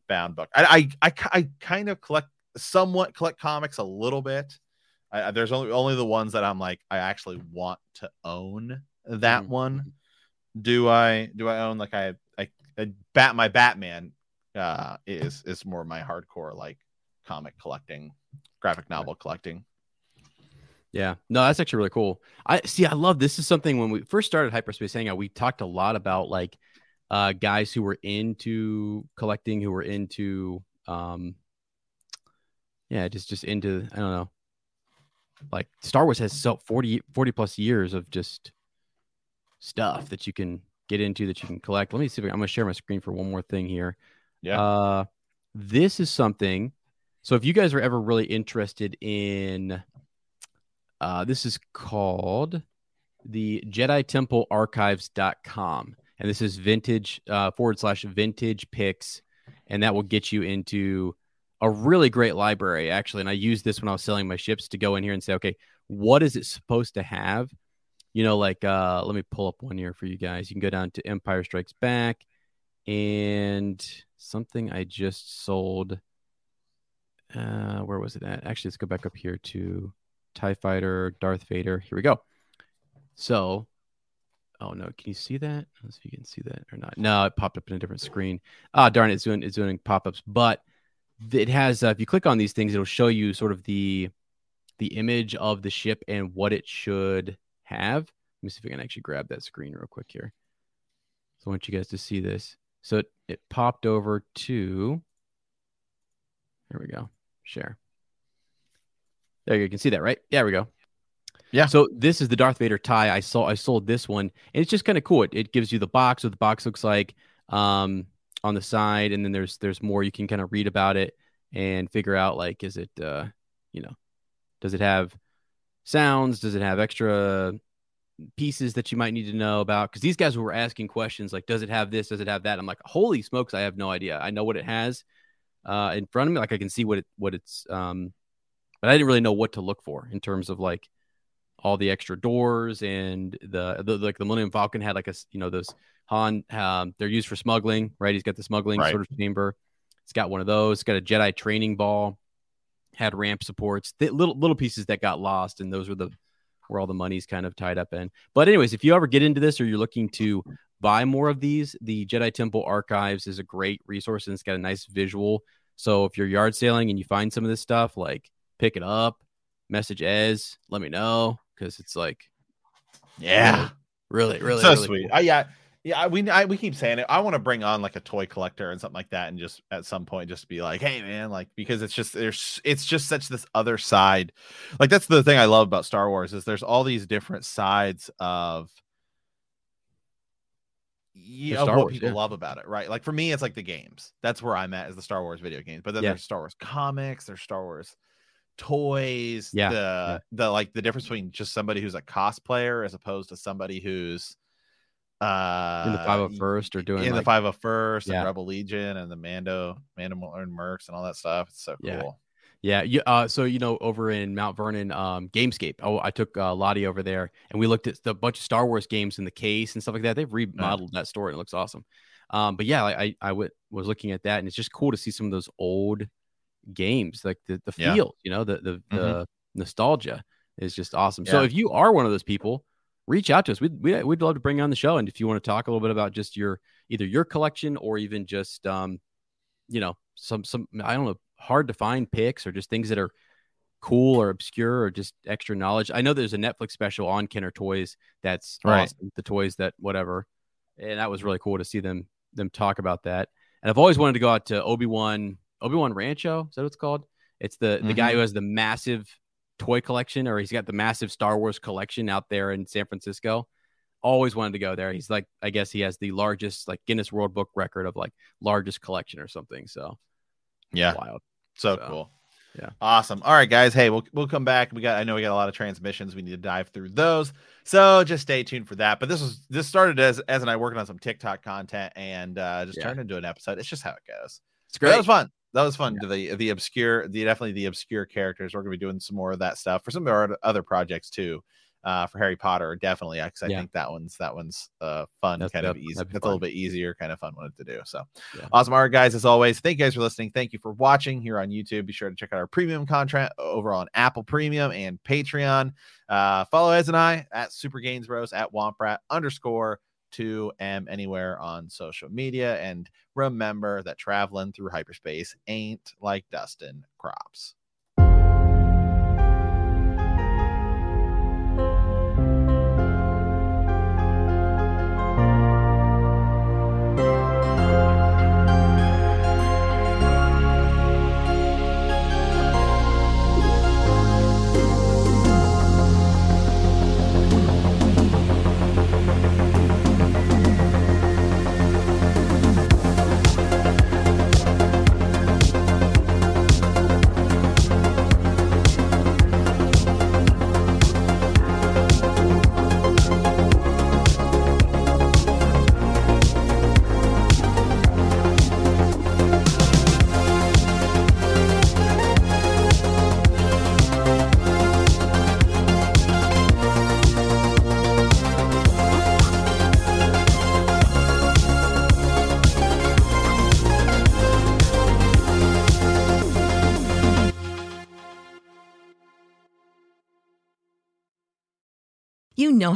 Speaker 1: bound book. I I I, ki- I kind of collect somewhat collect comics a little bit. I, I- there's only only the ones that I'm like I actually want to own that
Speaker 2: Mhm.
Speaker 1: one do I do I own like I I, I bat my Batman uh is is more my hardcore like comic collecting, graphic novel collecting.
Speaker 2: Yeah. No, that's actually really cool. I see. I love this. Is something when we first started Hyperspace Hangout, we talked a lot about like uh, guys who were into collecting, who were into, um, yeah, just just into. I don't know. Like Star Wars has so 40, 40 plus years of just stuff that you can get into that you can collect. Let me see if I, I'm going to share my screen for one more thing here.
Speaker 1: Yeah.
Speaker 2: Uh, this is something. So if you guys are ever really interested in, uh, this is called the Jedi Temple Archives.com. And this is vintage uh, forward slash vintage picks. And that will get you into a really great library, actually. And I used this when I was selling my ships to go in here and say, okay, what is it supposed to have? You know, like, uh, let me pull up one here for you guys. You can go down to Empire Strikes Back and something I just sold. Uh, where was it at? Actually, let's go back up here to TIE Fighter, Darth Vader. Here we go. So, oh no, can you see that? Let's see if you can see that or not. No, it popped up in a different screen. Ah, darn it, it's doing it's doing pop ups. But th- it has, uh, if you click on these things, it'll show you sort of the the image of the ship and what it should have. Let me see if I can actually grab that screen real quick here. So I want you guys to see this. So it, it popped over to. Here we go. Share. There you go. You can see that, right? Yeah, there we go.
Speaker 1: Yeah.
Speaker 2: So this is the Darth Vader tie. I saw I sold this one. And it's just kind of cool. It, it gives you the box, what the box looks like um, on the side, and then there's there's more you can kind of read about it and figure out like is it uh, you know, does it have sounds? Does it have extra pieces that you might need to know about because these guys were asking questions like does it have this does it have that i'm like holy smokes i have no idea i know what it has uh in front of me like i can see what it what it's um but i didn't really know what to look for in terms of like all the extra doors and the, the like the millennium falcon had like a s- you know those han um, they're used for smuggling right he's got the smuggling
Speaker 1: Right.
Speaker 2: sort of chamber it's got one of those it's got a jedi training ball had ramp supports th- little little pieces that got lost and those were the where all the money's kind of tied up in. But anyways, if you ever get into this or you're looking to buy more of these, the Jedi Temple Archives is a great resource and it's got a nice visual. So if you're yard sailing and you find some of this stuff, like pick it up, message Ez, let me know because it's like
Speaker 1: Yeah.
Speaker 2: really, really,
Speaker 1: so
Speaker 2: really
Speaker 1: sweet.
Speaker 2: cool.
Speaker 1: I, yeah. Yeah, I- we I, we keep saying it. I want to bring on like a toy collector and something like that, and just at some point just be like, "Hey, man!" Like because it's just there's it's just such this other side. Like that's the thing I love about Star Wars is there's all these different sides of yeah,
Speaker 2: There's
Speaker 1: of
Speaker 2: Star
Speaker 1: what
Speaker 2: Wars,
Speaker 1: people
Speaker 2: yeah.
Speaker 1: love about it, right? Like for me, it's like the games. That's where I'm at is the Star Wars video games. But then
Speaker 2: Yeah.
Speaker 1: there's Star Wars comics, there's Star Wars toys
Speaker 2: Yeah,
Speaker 1: the
Speaker 2: yeah.
Speaker 1: the like the difference between just somebody who's a cosplayer as opposed to somebody who's uh
Speaker 2: in the 501st or doing
Speaker 1: in
Speaker 2: like-
Speaker 1: the 501st
Speaker 2: Yeah.
Speaker 1: and rebel legion and the mando mando and mercs and all that stuff it's so
Speaker 2: Yeah.
Speaker 1: cool
Speaker 2: Yeah, you, uh, so you know, over in Mount Vernon, um, Gamescape. Oh, I took uh, Lottie over there, and we looked at the bunch of Star Wars games in the case and stuff like that. They've remodeled that store, and it looks awesome. Um, but yeah, like, I I w- was looking at that, and it's just cool to see some of those old games, like the the
Speaker 1: Yeah. Mm-hmm.
Speaker 2: feel, you know, the the, the nostalgia is just awesome. So
Speaker 1: Yeah.
Speaker 2: if you are one of those people, reach out to us. We'd, we'd we'd love to bring you on the show, and if you want to talk a little bit about just your either your collection or even just um, you know some some i don't know hard to find picks or just things that are cool or obscure or just extra knowledge i know there's a netflix special on kenner toys that's
Speaker 1: Right.
Speaker 2: awesome, the toys that whatever and that was really cool to see them them talk about that and i've always wanted to go out to obi-wan obi-wan rancho is that what it's called it's the the guy who has the massive toy collection or he's got the massive star wars collection out there in san francisco always wanted to go there he's like i guess he has the largest like guinness world book record of like largest collection or something so
Speaker 1: yeah
Speaker 2: wild.
Speaker 1: so,
Speaker 2: So,
Speaker 1: cool
Speaker 2: yeah.
Speaker 1: awesome all right guys hey we'll, we'll come back we got i know we got a lot of transmissions we need to dive through those so just stay tuned for that but this was this started as as and i working on some tiktok content and uh just
Speaker 2: Yeah.
Speaker 1: turned into an episode it's just how it goes
Speaker 2: It's
Speaker 1: But
Speaker 2: great.
Speaker 1: That was fun. That was fun. The the obscure, the definitely the obscure characters. We're gonna be doing some more of that stuff for some of our other projects too. Uh, for Harry Potter, definitely, because I
Speaker 2: Yeah.
Speaker 1: think that one's that one's uh fun,
Speaker 2: That's-
Speaker 1: kind of
Speaker 2: that'd-
Speaker 1: easy.
Speaker 2: that'd
Speaker 1: It's
Speaker 2: be
Speaker 1: a little
Speaker 2: fun.
Speaker 1: bit easier, kind of fun one to do. So
Speaker 2: Yeah.
Speaker 1: awesome, all right, guys. As always, thank you guys for listening. Thank you for watching here on YouTube. Be sure to check out our premium content over on Apple Premium and Patreon. Uh, follow Ez and I at Super Gains Bros at Womp Rat underscore two M anywhere on social media and remember that traveling through hyperspace ain't like dusting crops.
Speaker 4: You know